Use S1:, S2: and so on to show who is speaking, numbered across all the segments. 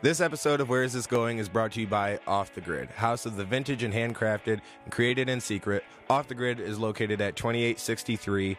S1: This episode of Where Is This Going is brought to you by Off the Grid, house of the vintage and handcrafted and created in secret. Off the Grid is located at 2863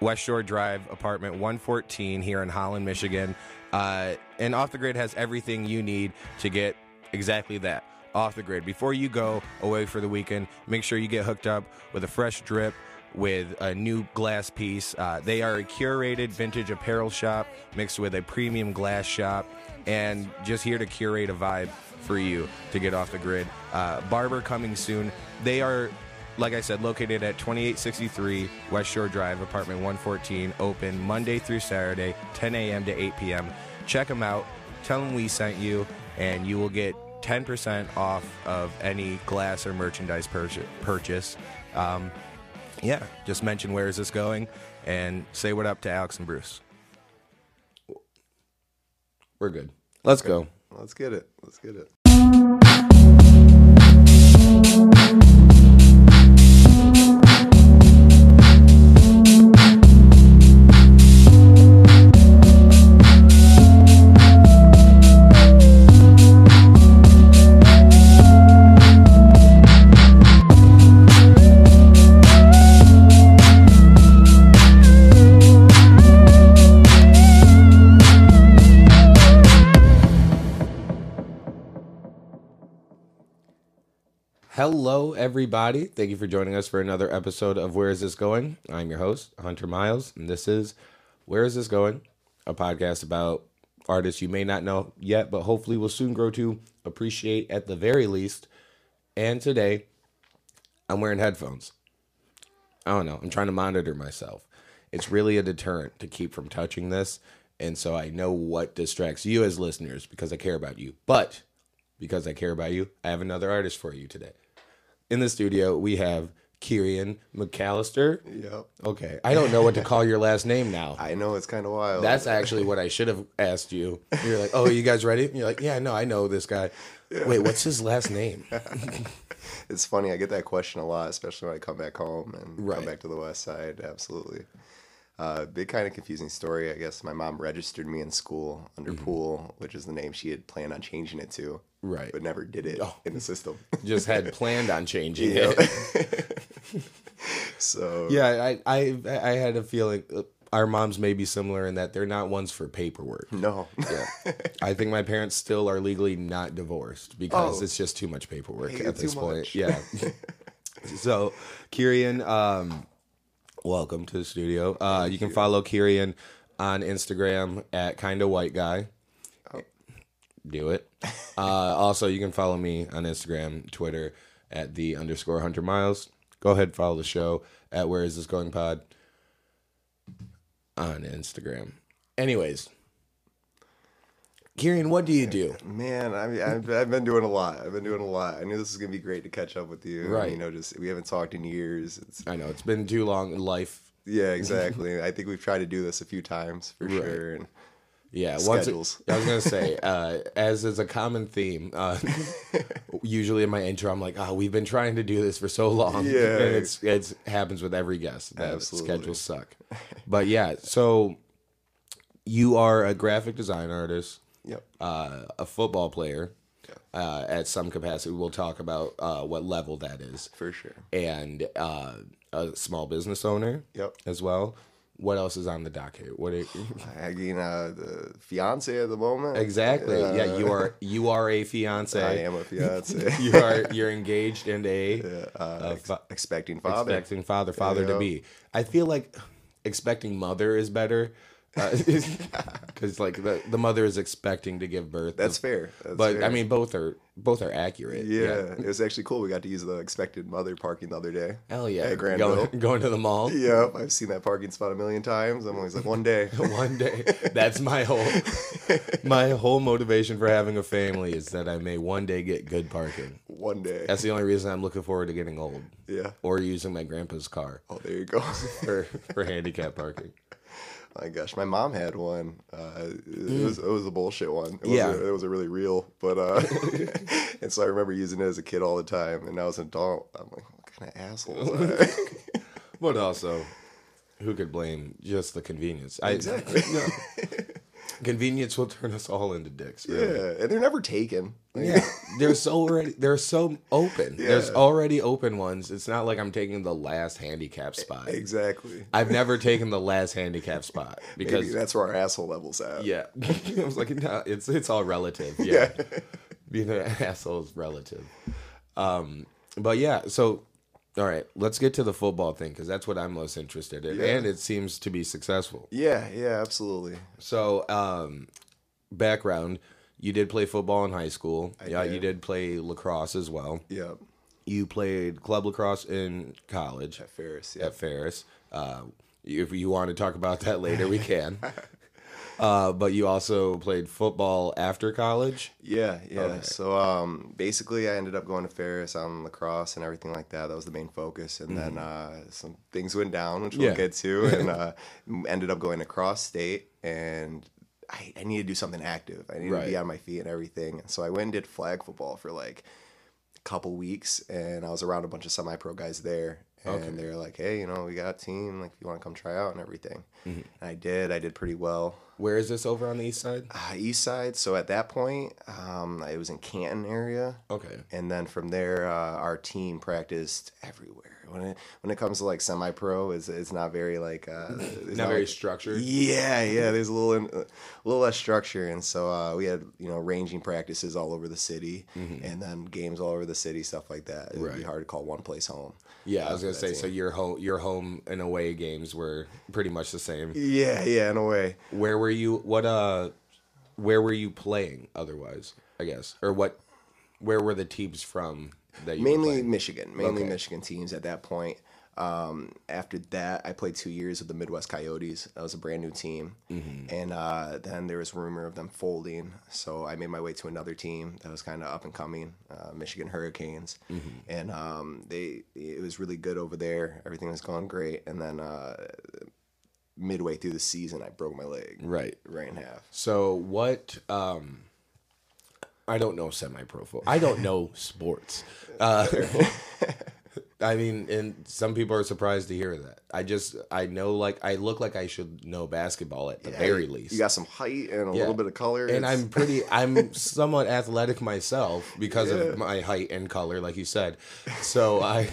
S1: West Shore Drive, apartment 114 here in Holland, Michigan. Uh, and Off the Grid has everything you need to get exactly that off the grid. Before you go away for the weekend, make sure you get hooked up with a fresh drip. With a new glass piece. Uh, they are a curated vintage apparel shop mixed with a premium glass shop and just here to curate a vibe for you to get off the grid. Uh, Barber coming soon. They are like I said, located at 2863 West Shore Drive, apartment 114, open Monday through Saturday, 10 a.m. to 8 p.m. Check them out, tell them we sent you, and you will get 10% off of any glass or merchandise purch- purchase. Um, yeah, just mention where is this going and say what up to Alex and Bruce. We're good. Let's go.
S2: Let's get it. Let's get it.
S1: Hello, everybody. Thank you for joining us for another episode of Where Is This Going? I'm your host, Hunter Miles, and this is Where Is This Going? A podcast about artists you may not know yet, but hopefully will soon grow to appreciate at the very least. And today, I'm wearing headphones. I don't know. I'm trying to monitor myself. It's really a deterrent to keep from touching this. And so I know what distracts you as listeners because I care about you. But because I care about you, I have another artist for you today. In the studio, we have Kieran McAllister.
S2: Yep.
S1: Okay. I don't know what to call your last name now.
S2: I know it's kind of wild.
S1: That's actually what I should have asked you. You're like, oh, you guys ready? And you're like, yeah, no, I know this guy. Wait, what's his last name?
S2: it's funny. I get that question a lot, especially when I come back home and
S1: Right.
S2: come back to the West Side. Absolutely. Uh, big kind of confusing story, I guess. My mom registered me in school under
S1: Mm-hmm.
S2: Pool, which is the name she had planned on changing it to,
S1: Right. Oh.
S2: but never did it in the system.
S1: Just had planned on changing
S2: Yeah.
S1: it.
S2: so
S1: Yeah, I, I, I had a feeling uh, our moms may be similar in that they're not ones for paperwork.
S2: no,
S1: Yeah. I think my parents still are legally not divorced because
S2: Oh.
S1: it's just too much paperwork
S2: Yeah,
S1: at
S2: too
S1: this point.
S2: much.
S1: Yeah. so, Kirian, um, welcome to the studio. Uh, you can follow Kirian on Instagram at kinda white guy.
S2: Oh.
S1: Do it. Uh, also, you can follow me on Instagram, Twitter at the underscore Hunter Miles. Go ahead, follow the show at Where Is This Going Pod on Instagram. Anyways, Kieran, what do you do?
S2: Man, I mean, I've, I've been doing a lot. I've been doing a lot. I knew this was gonna be great to catch up with you.
S1: Right.
S2: You know, just we haven't talked in years. It's,
S1: I know it's been too long in life.
S2: yeah, exactly. I think we've tried to do this a few times for sure. And
S1: Yeah,
S2: Schedules.
S1: Once I was gonna say, uh, as is a common theme, uh, usually in my intro, I'm like, "Oh, we've been trying to do this for so long."
S2: Yeah.
S1: and it's it's happens with every guest. That
S2: Absolutely.
S1: schedules suck, but yeah. So you are a graphic design artist,
S2: yep.
S1: uh, a football player, uh, at some capacity. We'll talk about uh, what level that is,
S2: For sure.
S1: and uh, a small business owner.
S2: Yep.
S1: as well. What else is on the docket? What are,
S2: I mean, uh, the fiance at the moment.
S1: exactly?
S2: Uh,
S1: yeah, you are you are a fiance.
S2: I am a fiance.
S1: You are you're engaged and a
S2: uh,
S1: a
S2: ex-
S1: fa-
S2: expecting father.
S1: expecting father father
S2: Yeah.
S1: to be. I feel like expecting mother is better because like the, the mother is expecting to give birth.
S2: That's fair. That's
S1: but
S2: fair.
S1: I mean both are both are accurate.
S2: yeah, it was actually cool. We got to use the expected mother parking the other day.
S1: Hell yeah.
S2: At Granville.
S1: going, going to the mall.
S2: Yep, I've seen that parking spot a million times. I'm always like, one day.
S1: one day that's my whole my whole motivation for having a family is that i may one day get good parking
S2: one day.
S1: that's the only reason i'm looking forward to getting old
S2: yeah.
S1: or using my grandpa's car
S2: Oh, there you go.
S1: for for handicap parking
S2: my gosh, my mom had one. Uh, it was it was a bullshit one. It
S1: Mm. Yeah.
S2: was it was a really real, but uh, and so I remember using it as a kid all the time, and now as an adult, I'm like, what kind of asshole? Is I?
S1: but also who could blame just the convenience I,
S2: Exactly.
S1: no. Convenience will turn us all into dicks. Really.
S2: Yeah, and they're never taken. Like,
S1: Yeah, they're so already they're so open. There's
S2: Yeah.
S1: already open ones. It's not like I'm taking the last handicap
S2: E,
S1: spot.
S2: Exactly.
S1: I've never taken the last handicap spot
S2: Maybe
S1: because
S2: that's where our asshole levels at.
S1: yeah, I was like, no, it's it's all relative. Yeah, being an asshole is relative. Um, but yeah, so all right, let's get to the football thing because that's what I'm most interested in,
S2: Yeah.
S1: and it seems to be successful.
S2: Yeah, yeah, absolutely.
S1: So, um, background: you did play football in high school. yeah, you
S2: did.
S1: did play lacrosse as well.
S2: Yeah.
S1: You played club lacrosse in college
S2: At Ferris, yeah.
S1: at Ferris. Uh, if you want to talk about that later, we can. Uh, but you also played football after college.
S2: Yeah, yeah. So um, basically, I ended up going to Ferris on lacrosse and everything like that. That was the main focus. And then uh, some things went down, which
S1: Mm-hmm. Yeah.
S2: we'll get to, and uh, m- ended up going to cross state. And I, I needed to do something active. I needed to
S1: Right.
S2: be on my feet and everything. So I went and did flag football for like a couple weeks, and I was around a bunch of semi-pro guys there. And
S1: Okay.
S2: they were like, "Hey, you know, we got a team. Like, if you want to come try out and everything."
S1: Mm-hmm.
S2: And I did. I did pretty well
S1: Where is this over on the east side?
S2: uh, east side so at that point um, it was in canton area
S1: Okay.
S2: and then from there uh, our team practiced everywhere when it when it comes to like semi-pro it's, it's not very like uh, it's
S1: Not very
S2: like-
S1: structured.
S2: yeah yeah there's a little in, a little less structure and so uh, we had you know ranging practices all over the city and then games all over the city stuff like that it'd
S1: Mm-hmm. Right.
S2: be hard to call one place home
S1: Yeah, I was
S2: Uh,
S1: gonna say.
S2: that's
S1: So
S2: it.
S1: your home, your home and away games were pretty much the same.
S2: yeah yeah in a way
S1: Where were you? What uh, where were you playing? Otherwise, I guess, or what? Where were the teams from that you Were
S2: mainly
S1: playing?
S2: Michigan, mainly
S1: Okay.
S2: Michigan teams at that point. Um, after that, I played two years with the Midwest Coyotes. That was a brand new team,
S1: Mm-hmm.
S2: and uh, then there was rumor of them folding. So I made my way to another team that was kind of up and coming, uh, Michigan Hurricanes,
S1: Mm-hmm.
S2: and um, they it was really good over there. Everything was going great, and then uh, midway through the season, I broke my leg
S1: right.
S2: right in half.
S1: So what? Um, I don't know semi-pro football. I don't know sports. Uh, I mean, and some people are surprised to hear that. I just, I know, like, I look like I should know basketball at the very least.
S2: You got some height and a
S1: Yeah.
S2: little bit of color,
S1: and
S2: It's-
S1: I'm pretty I'm somewhat athletic myself because of my height and color like you said. So I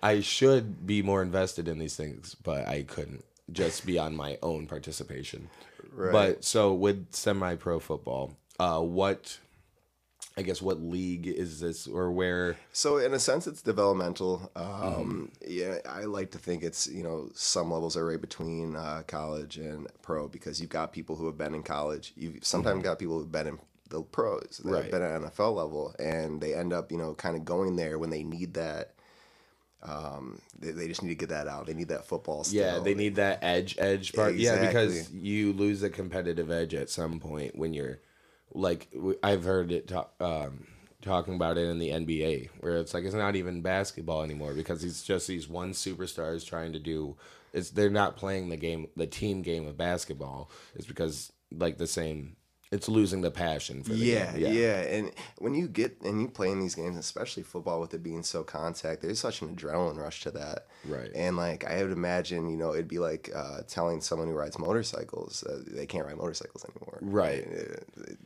S1: I should be more invested in these things, but I couldn't just be on my own participation.
S2: Right.
S1: But so with semi-pro football, uh what I guess what league is this or where
S2: So in a sense, it's developmental. Um, Yeah, I like to think it's you know some levels are right between uh, college and pro because you've got people who have been in college. You've sometimes got people who've been in the pros, that
S1: Mm-hmm. Right.
S2: have been at NFL level, and they end up you know kind of going there when they need that. Um, they, they just need to get that out. They need that football. Still.
S1: yeah, they need that edge edge part. Yeah, because
S2: Exactly.
S1: you lose the competitive edge at some point when you're like w- I've heard it talk, um, talking about it in the NBA where it's like it's not even basketball anymore because it's just these one superstars trying to do it's they're not playing the game the team game of basketball. It's because like the same it's losing the passion for the
S2: Yeah,
S1: game.
S2: yeah, And when you get and you play in these games, especially football with it being so contact, there's such an adrenaline rush to that.
S1: Right.
S2: And like I would imagine, you know, it'd be like uh, telling someone who rides motorcycles uh, they can't ride motorcycles anymore.
S1: Right.
S2: It- it-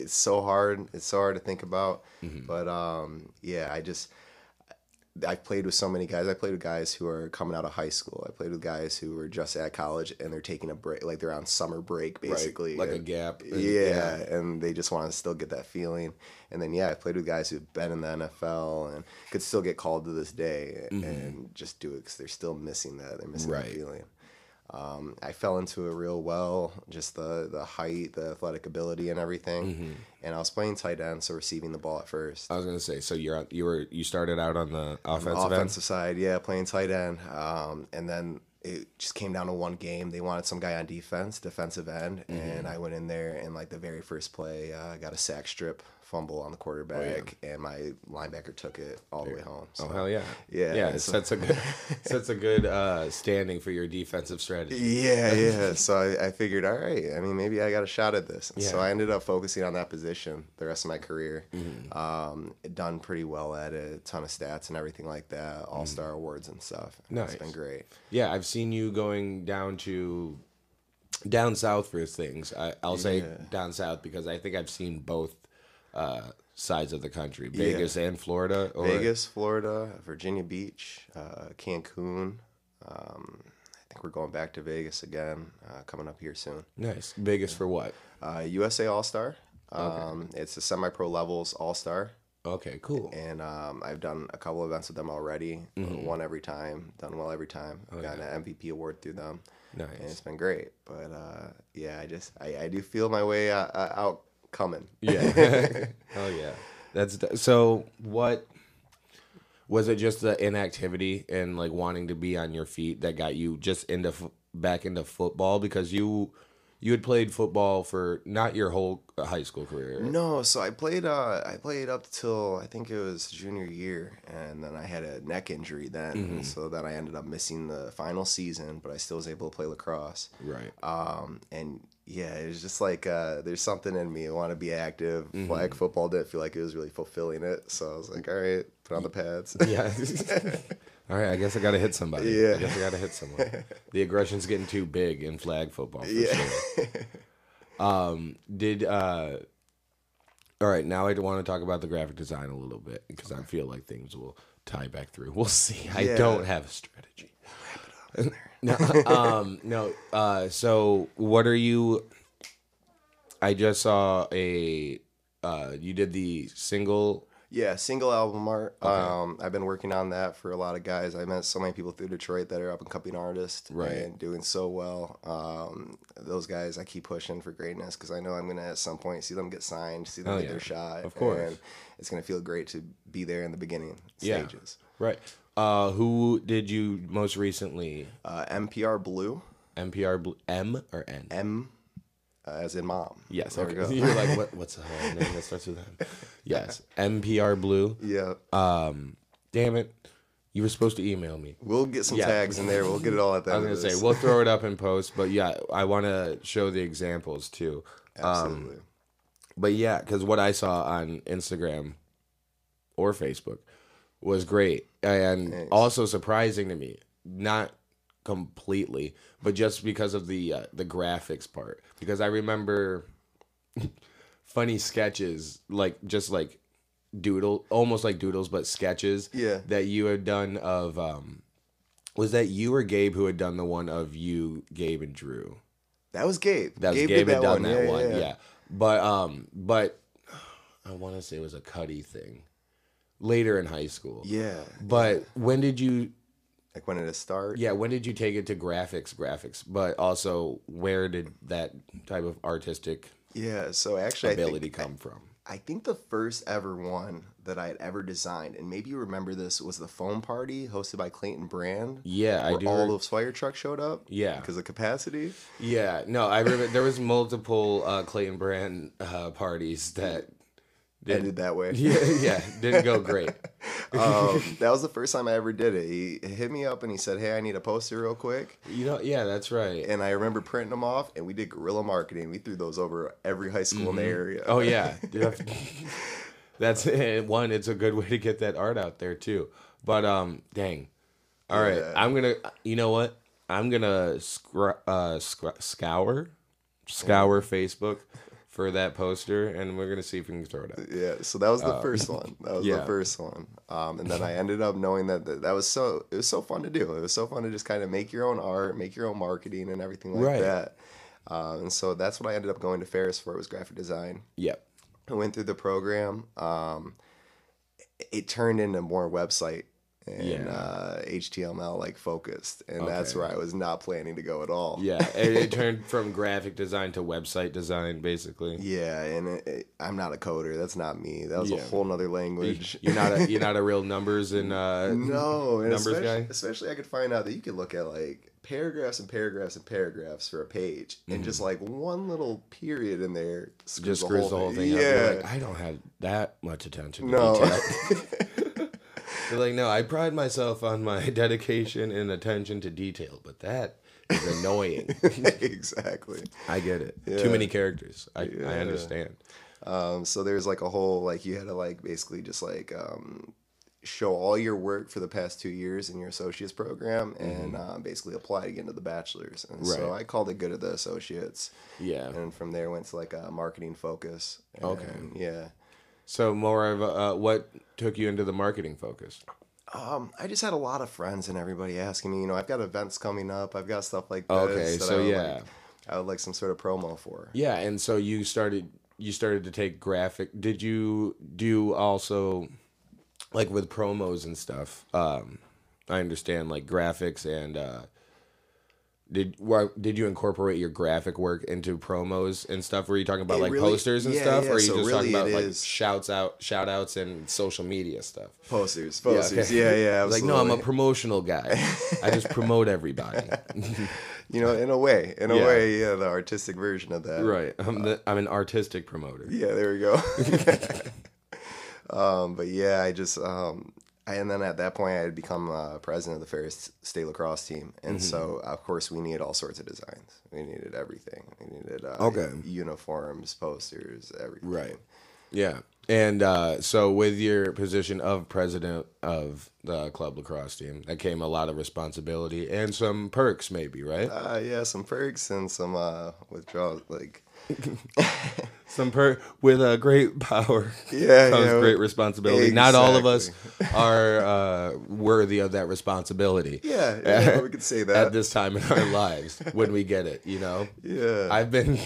S2: it's so hard. It's so hard to think about.
S1: Mm-hmm.
S2: But um, yeah, I just I've played with so many guys. I played with guys who are coming out of high school. I played with guys who were just at college and they're taking a break, like they're on summer break, basically.
S1: Like a
S2: And-
S1: gap. and-
S2: yeah, and they just want to still get that feeling. And then yeah, I played with guys who've been in the NFL and could still get called to this day and just do it because they're still missing that. They're missing
S1: Right.
S2: that feeling. Um, I fell into it real well, just the the height, the athletic ability, and everything. And I was playing tight end, so receiving the ball at first.
S1: I was gonna say, so you're on- you were you started out on the offensive, end?
S2: offensive side, yeah, playing tight end. Um, and then it just came down to one game. They wanted some guy on defense, defensive end,
S1: Mm-hmm.
S2: and I went in there and like the very first play, uh, I got a sack strip, fumble on the quarterback, and my linebacker took it all the way home. So.
S1: Oh hell yeah,
S2: Yeah,
S1: yeah. It
S2: it's-
S1: sets a good sets a good uh, standing for your defensive strategy.
S2: Yeah, yeah. So I, I figured, all right. I mean, maybe I got a shot at this. And So
S1: Yeah.
S2: I ended up focusing on that position the rest of my career.
S1: Mm-hmm.
S2: Um, done pretty well at it. ton of stats and everything like that. All star awards and stuff.
S1: Mm-hmm. Nice.
S2: It's been great.
S1: Yeah, I've seen you going down to down south for things. I, I'll say down south because I think I've seen both uh, sides of the country, Vegas and Florida. Or,
S2: Vegas, Florida, Virginia Beach, uh, Cancun. Um, I think we're going back to Vegas again, uh, coming up here soon.
S1: Nice. Vegas for what?
S2: Uh, USA All Star. Um, It's the semi pro levels All Star.
S1: Okay, cool.
S2: And um, I've done a couple events with them already.
S1: Mm-hmm.
S2: Won every time, done well every time. I've gotten an MVP award through them.
S1: Oh, Nice.
S2: And it's been great. But uh, yeah, I just, I, I do feel my way uh, uh, out coming.
S1: Yeah. Hell yeah. That's so. What was it? Just the inactivity and like wanting to be on your feet that got you just into f- back into football because you you had played football for not your whole uh, high school career.
S2: No, so I played. Uh, I played up till I think it was junior year, and then I had a neck injury then, and so then I ended up missing the final season. But I still was able to play lacrosse.
S1: Right.
S2: Um, and yeah, it was just like uh, there's something in me. I want to be active. Flag football didn't feel like it was really fulfilling it, so I was like, all right, put on the pads.
S1: Yeah. All right, I guess I gotta hit somebody.
S2: Yeah.
S1: I guess I gotta hit someone. The aggression's getting too big in flag football. For
S2: Yeah.
S1: Sure. Um, did uh, all right. Now I want to talk about the graphic design a little bit because I feel like things will tie back through. We'll see. I
S2: Yeah.
S1: don't have a strategy. no, um, no. Uh, so what are you? I just saw a. Uh, you did the single.
S2: Yeah, single album art. Um, I've been working on that for a lot of guys. I met so many people through Detroit that are up and coming artists,
S1: Right.
S2: And doing so well. Um, those guys, I keep pushing for greatness because I know I'm gonna at some point see them get signed, see them
S1: Oh,
S2: get
S1: yeah.
S2: their shot.
S1: Of course.
S2: and it's gonna feel great to be there in the beginning
S1: Yeah.
S2: stages.
S1: Right. Uh, who did you most recently?
S2: Uh, NPR Blue,
S1: NPR Blue, M or N?
S2: M, uh, as in mom.
S1: Yes.
S2: there
S1: okay.
S2: we go.
S1: You're like, what, what's the hell name that starts with M? Yes. NPR Blue.
S2: yeah,
S1: Damn it. You were supposed to email me.
S2: we'll get some
S1: yeah.
S2: tags in there. We'll get it all at that.
S1: I was going to say, we'll throw it up in post, but yeah, I want to show the examples too.
S2: absolutely.
S1: But yeah, because what I saw on Instagram or Facebook was great and also surprising to me. Not completely, but just because of the uh, the graphics part. Because I remember funny sketches, like just like doodle, almost like doodles, but sketches.
S2: Yeah.
S1: that you had done of. um was that you or Gabe who had done the one of you, Gabe and Drew?
S2: that was Gabe.
S1: That's Gabe, had done that
S2: Yeah,
S1: one.
S2: yeah,
S1: Yeah, But um but I wanna say it was a Cuddy thing. Later in high school.
S2: yeah.
S1: But when did you
S2: Like when did it start?
S1: yeah, when did you take it to graphics graphics? But also where did that type of artistic
S2: Yeah, so actually, I
S1: ability
S2: think,
S1: come from?
S2: I think the first ever one that I had ever designed, and maybe you remember this, was the phone party hosted by Clayton Brand.
S1: Yeah, I
S2: where
S1: do
S2: All
S1: re-
S2: those fire trucks showed up.
S1: Yeah.
S2: because of capacity.
S1: Yeah, no, I remember there was multiple uh, Clayton Brand uh, parties that
S2: Ended that way.
S1: yeah, yeah, didn't go great.
S2: um, that was the first time I ever did it. He hit me up and he said, "Hey, I need a poster real quick."
S1: You know, yeah, that's right.
S2: And I remember printing them off, and we did guerrilla marketing. We threw those over every high school in the area.
S1: Oh yeah, that's it. one. It's a good way to get that art out there too. But um, dang, all right.
S2: Yeah.
S1: I'm gonna. You know what? I'm gonna scr- uh, scr- scour, scour Facebook for that poster, and we're gonna see if we can throw it out.
S2: Yeah, so that was the first one. That was
S1: Uh, yeah.
S2: the first one. Um, and then I ended up knowing that, that that was so it was so fun to do. It was so fun to just kind of make your own art, make your own marketing, and everything like
S1: Right.
S2: that. Um, and so that's what I ended up going to Ferris for. Was graphic design.
S1: Yep.
S2: I went through the program. Um, it- it turned into more website and
S1: Yeah.
S2: uh, HTML like focused, and that's where I was not planning to go at all.
S1: Yeah, it, it turned from graphic design to website design, basically.
S2: Yeah, and it, it, I'm not a coder. That's not me. That was
S1: Yeah.
S2: a whole nother language.
S1: You're not a, you're not a real numbers and uh,
S2: No, and
S1: numbers
S2: especially,
S1: guy?
S2: Especially, I could find out that you could look at like paragraphs and paragraphs and paragraphs for a page, and just like one little period in there screws
S1: Mm-hmm. just screws the whole thing up. You're
S2: Yeah,
S1: like, I don't have that much attention. To
S2: no,
S1: detail. They're like, no, I pride myself on my dedication and attention to detail, but that is annoying.
S2: exactly.
S1: I get it. Too many characters. I, I understand.
S2: Um, so there's like a whole like you had to like basically just like um, show all your work for the past two years in your associate's program and uh, basically apply to get into the bachelor's. And so
S1: Mm-hmm. Right.
S2: I called it good at the associates.
S1: Yeah.
S2: And from there went to like a marketing focus. And
S1: Okay.
S2: Yeah.
S1: So more of uh, what took you into the marketing focus?
S2: Um, I just had a lot of friends and everybody asking me, you know, I've got events coming up. I've got stuff like this.
S1: Okay,
S2: that
S1: so
S2: I would
S1: yeah.
S2: like- I would like some sort of promo for.
S1: Yeah, and so you started you started to take graphic. Did you do also like with promos and stuff? Um I understand like graphics and uh did well, did you incorporate your graphic work into promos and stuff? Were you talking about
S2: It
S1: like
S2: really-
S1: posters and
S2: yeah,
S1: stuff,
S2: yeah,
S1: or are you
S2: so
S1: just
S2: really
S1: talking about
S2: it
S1: like
S2: is-
S1: shouts out, shout outs, and social media stuff?
S2: Posters, posters.
S1: okay.
S2: Yeah, yeah.
S1: Like,
S2: absolutely.
S1: no, I'm a promotional guy. I just promote everybody.
S2: you know, in a way, in a
S1: Yeah.
S2: way, yeah, the artistic version of that.
S1: right. I'm the, I'm an artistic promoter.
S2: Yeah, there we go. um, but yeah, I just um, I, and then at that point, I had become uh, president of the Ferris State Lacrosse team, and so
S1: Mm-hmm.
S2: of course we needed all sorts of designs. We needed everything. We needed uh,
S1: Okay.
S2: uniforms, posters, everything.
S1: Right. Yeah. And uh, so, with your position of president of the club lacrosse team, that came a lot of responsibility and some perks, maybe, right?
S2: Uh, yeah, some perks and some uh, withdrawals. Like
S1: some per with a great power
S2: Yeah,
S1: comes
S2: yeah.
S1: great responsibility. Not all of us are uh, worthy of that responsibility.
S2: yeah, yeah we could say
S1: At
S2: that.
S1: this time in our lives, when we get it, you know.
S2: yeah.
S1: I've been,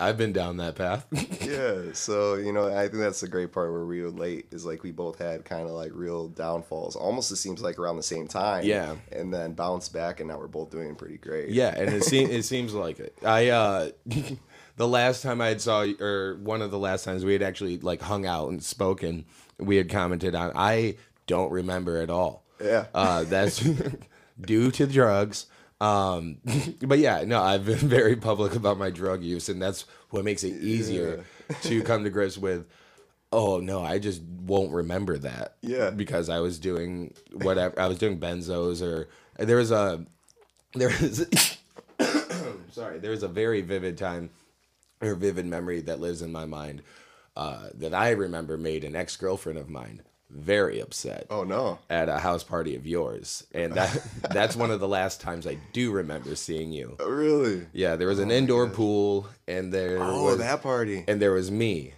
S1: I've been down that path.
S2: yeah so you know i think that's the great part where we relate is like we both had kind of like real downfalls almost it seems like around the same time
S1: Yeah.
S2: and then bounced back and now we're both doing pretty great
S1: Yeah, and it seems it seems like it. I uh the last time I had saw you- or one of the last times we had actually like hung out and spoken, we had commented on I don't remember at all.
S2: Yeah.
S1: Uh that's due to drugs. Um but yeah, no, I've been very public about my drug use and that's what makes it easier to come to grips with oh no, I just won't remember that.
S2: Yeah.
S1: Because I was doing whatever I was doing benzos or there was a there is sorry there is a very vivid time or vivid memory that lives in my mind uh, that i remember made an ex-girlfriend of mine very upset
S2: oh no
S1: at a house party of yours and that that's one of the last times i do remember seeing you
S2: Oh, really
S1: yeah there was an indoor pool and there
S2: oh
S1: was
S2: that party
S1: and there was me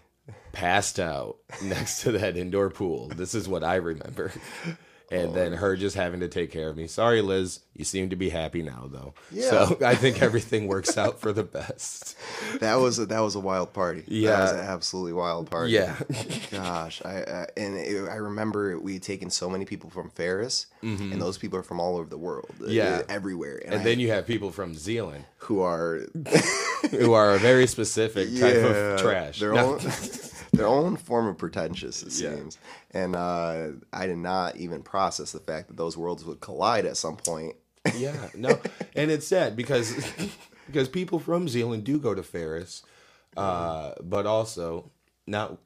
S1: passed out next to that indoor pool. This is what I remember. And then her just having to take care of me. Sorry, Liz. You seem to be happy now, though. So I think everything works out for the best.
S2: that was a, that was a wild party that
S1: Yeah.
S2: was an absolutely wild party
S1: Yeah.
S2: gosh i uh, and it, i remember we had taken so many people from ferris and those people are from all over the world
S1: Mm-hmm. Yeah.
S2: uh, everywhere and,
S1: And
S2: then
S1: then you have people from Zealand
S2: who are
S1: who are a very specific type of trash.
S2: Their
S1: No.
S2: own, their own form of pretentious, it
S1: Yeah.
S2: seems. And uh, I did not even process the fact that those worlds would collide at some point.
S1: Yeah, no, and it's sad because because people from Zealand do go to Ferris, uh, but also not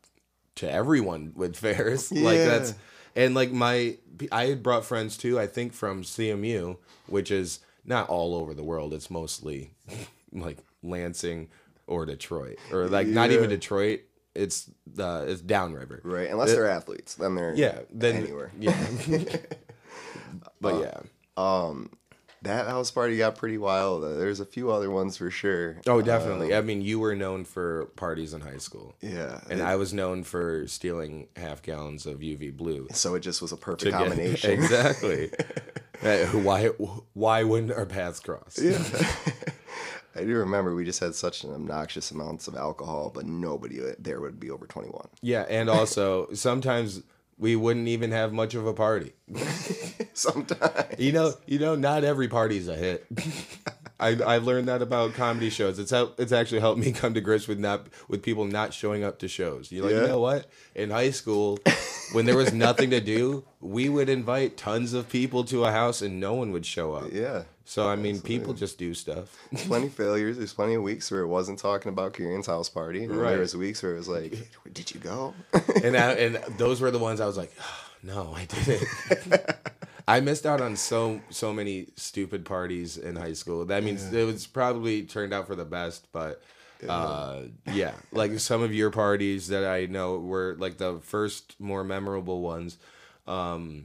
S1: to everyone with Ferris. Like
S2: Yeah.
S1: that's and like my I had brought friends too. I think from CMU, which is not all over the world. It's mostly like Lansing or Detroit, or like not even Detroit. It's uh, it's downriver.
S2: Right, unless they're athletes, then they're
S1: Yeah. Then
S2: anywhere.
S1: Yeah. but yeah.
S2: That house party got pretty wild. Uh, There's a few other ones for sure.
S1: Oh, definitely. I mean, you were known for parties in high school.
S2: Yeah,
S1: And I was known for stealing half gallons of UV blue.
S2: so it just was a perfect
S1: to get-
S2: combination.
S1: exactly. Uh, why why wouldn't our paths cross?
S2: I do remember we just had such an obnoxious amounts of alcohol, but nobody uh, there would be over 21.
S1: Yeah, and also sometimes we wouldn't even have much of a party.
S2: Sometimes.
S1: You know, you know, not every party's a hit. I I learned that about comedy shows. It's help, it's actually helped me come to grips with not with people not showing up to shows. You're like,
S2: Yeah.
S1: you know what? In high school, when there was nothing to do, we would invite tons of people to a house and no one would show up.
S2: Yeah.
S1: So I mean, people just do stuff.
S2: plenty of failures. There's plenty of weeks where it wasn't talking about Kieran's house party. And
S1: Right.
S2: There was weeks where it was like, did you go?
S1: and I, and those were the ones I was like, no, I didn't. I missed out on so so many stupid parties in high school. That means it was probably turned out for the best, but uh, yeah, like some of your parties that I know were like the first more memorable ones. um,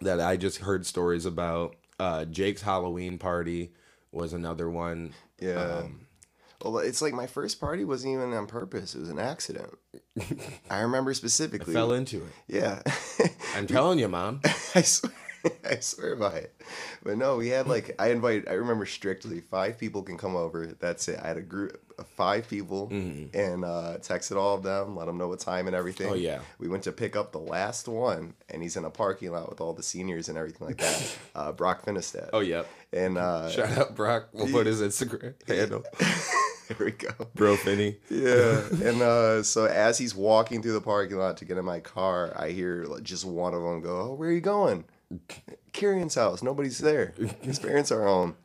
S1: that I just heard stories about. Uh, Jake's Halloween party was another one.
S2: Yeah. well, it's like my first party wasn't even on purpose. It was an accident. I remember specifically.
S1: Fell into it.
S2: Yeah.
S1: I'm telling you, mom.
S2: I swear, I swear by it. But no, we had like I invite. I remember strictly five people can come over. That's it. I had a group of five people and uh, texted all of them, let them know what time and everything.
S1: Mm-hmm. Oh, yeah.
S2: We went to pick up the last one, and he's in a parking lot with all the seniors and everything like that. uh, Brock Finistad.
S1: Oh yeah.
S2: And uh,
S1: Shout out Brock. We'll put his Instagram handle.
S2: there we go.
S1: Bro Finney.
S2: Yeah, and uh, so as he's walking through the parking lot to get in my car, I hear like, just one of them go, oh, "Where are you going?" Kieran's house. Nobody's there. His parents are home.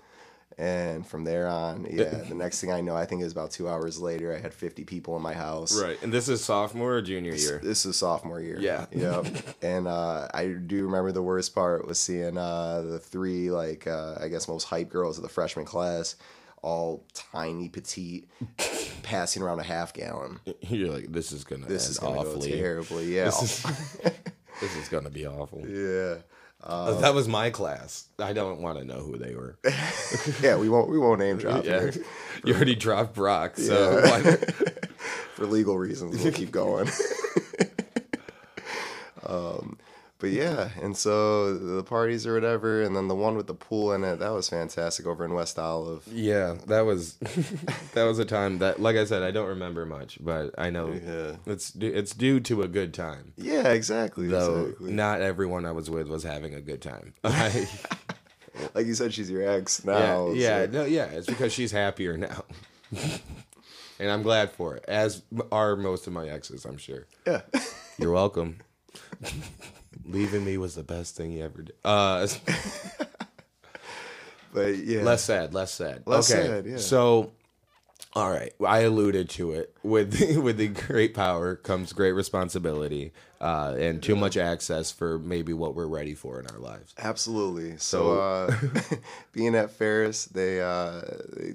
S2: And from there on, yeah, the next thing I know, I think it was about two hours later, I had 50 people in my house.
S1: Right. And this is sophomore or junior year.
S2: This is sophomore year.
S1: Yeah.
S2: Yep. and uh, I do remember the worst part was seeing uh, the three, like, uh, I guess most hype girls of the freshman class, all tiny, petite, passing around a half gallon.
S1: You're like, this is gonna
S2: This
S1: end
S2: is gonna
S1: awfully.
S2: Go terribly. Yeah.
S1: This is, this is gonna be awful. Uh,
S2: yeah.
S1: that was my class. I don't want to know who they were.
S2: Yeah, we won't we won't name drop
S1: Yeah.
S2: here
S1: You already dropped Brock, so why-
S2: for legal reasons. We'll keep going. um, but yeah, and so the parties or whatever, and then the one with the pool in it that was fantastic over in West Olive.
S1: yeah, that was that was a time that, like I said, I don't remember much, but I know
S2: Yeah.
S1: it's du- it's due to a good time.
S2: Yeah, exactly.
S1: Though
S2: exactly.
S1: not everyone I was with was having a good time. I-
S2: Like you said, she's your ex
S1: yeah,
S2: now.
S1: yeah,
S2: so-
S1: no, yeah. Oh, It's because she's happier now, and I'm glad for it. As are most of my exes, I'm sure.
S2: yeah.
S1: You're welcome. Leaving me was the best thing you ever did. Uh,
S2: But yeah,
S1: less sad, less sad.
S2: Less sad, yeah.
S1: So, all right, I alluded to it. With with the great power comes great responsibility, uh, and too much access for maybe what we're ready for in our lives.
S2: absolutely. So uh, being at Ferris, they uh, they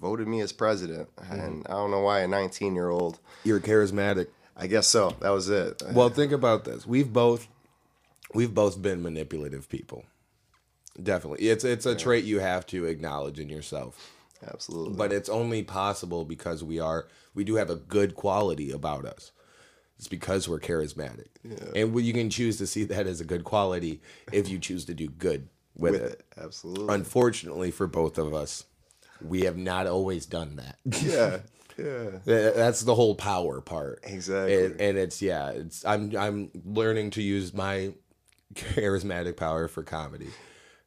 S2: voted me as president,
S1: Mm-hmm.
S2: and I don't know why a 19 year old.
S1: You're charismatic.
S2: I guess so. That was it.
S1: Well, think about this. We've both we've both been manipulative people. Definitely. It's it's a trait you have to acknowledge in yourself.
S2: Absolutely.
S1: But it's only possible because we are we do have a good quality about us. It's because we're charismatic. And we- you can choose to see that as a good quality if you choose to do good with,
S2: with
S1: it.
S2: it. Absolutely.
S1: Unfortunately for both of us, we have not always done that.
S2: yeah. Yeah.
S1: Th- That's the whole power part.
S2: Exactly.
S1: And, and it's yeah, it's I'm I'm learning to use my charismatic power for comedy.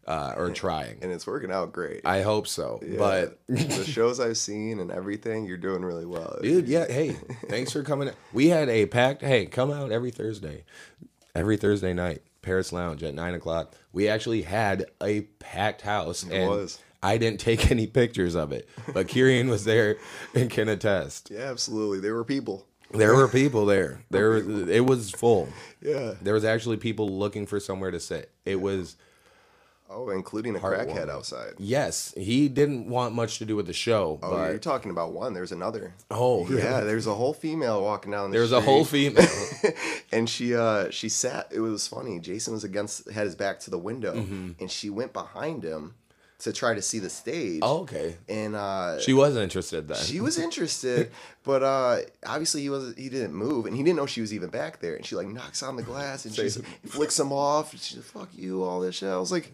S1: Uh, or trying.
S2: And it's working out great.
S1: I hope so.
S2: Yeah.
S1: But
S2: the shows I've seen and everything, you're doing really well.
S1: dude, yeah, hey, thanks for coming. out. We had a packed hey, come out every Thursday. Every Thursday night, Paris Lounge at nine o'clock. We actually had a packed house. and
S2: was.
S1: I didn't take any pictures of it. But Kirian was there and can attest.
S2: Yeah, absolutely. There were people.
S1: There were people there. There was, it was full.
S2: Yeah.
S1: There was actually people looking for somewhere to sit. It was
S2: Oh, including a crackhead outside.
S1: yes, he didn't want much to do with the show,
S2: Oh,
S1: but
S2: you're talking about one. There's another.
S1: Oh, really?
S2: yeah. There's a whole female walking down the
S1: there was a whole
S2: street,
S1: female.
S2: and she uh she sat. It was funny. Jason was against had his back to the window, and she went behind him to try to see the stage.
S1: oh, okay.
S2: and uh,
S1: She was interested then.
S2: she was interested, but uh, obviously he was he didn't move, and he didn't know she was even back there. And she like knocks on the glass, and she flicks him off. And she's like, "Fuck you, all this shit." I was like,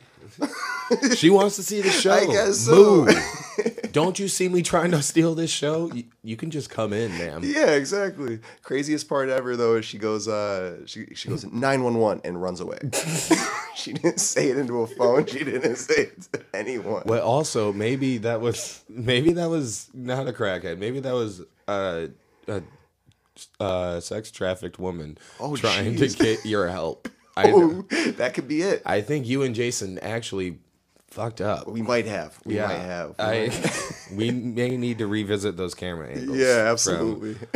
S1: She wants to see the show.
S2: I guess so.
S1: Move. Don't you see me trying to steal this show? You, you can just come in, ma'am.
S2: "Yeah, exactly." Craziest part ever though is she goes, uh, she she goes nine one one and runs away. she didn't say it into a phone. She didn't say it to anyone.
S1: But also, maybe that was maybe that was not a crackhead. Maybe that was uh, a, a sex trafficked woman
S2: Oh,
S1: trying
S2: jeez.
S1: to
S2: Oh.
S1: get your help. I
S2: Ooh, that could be it.
S1: I think you and Jason actually fucked up.
S2: we might have. We might have. We might-
S1: I, we may need to revisit those camera angles. oh,
S2: yeah,
S1: from-
S2: absolutely.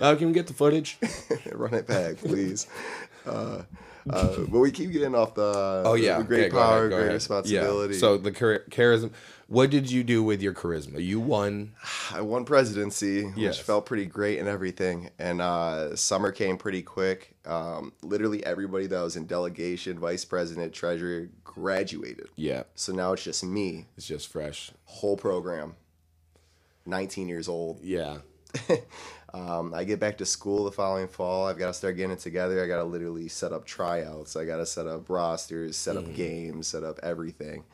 S1: Uh, can we get the footage?
S2: Run it back, please. Uh, Uh, but we keep getting off the
S1: Oh yeah,
S2: the great
S1: Okay, go ahead,
S2: power,
S1: go
S2: great
S1: ahead.
S2: responsibility.
S1: Yeah. So the char- charisma. What did you do with your charisma? You won.
S2: I won presidency,
S1: Yes.
S2: which felt pretty great and everything. And uh, summer came pretty quick. Um, literally everybody that was in delegation, vice president, treasurer, graduated.
S1: Yeah,
S2: So now it's just me,
S1: it's just fresh.
S2: whole program, 19 years old.
S1: Yeah,
S2: Um, I get back to school the following fall. I've got to start getting it together. I got to literally set up tryouts. I got to set up rosters, set
S1: Mm.
S2: up games, set up everything.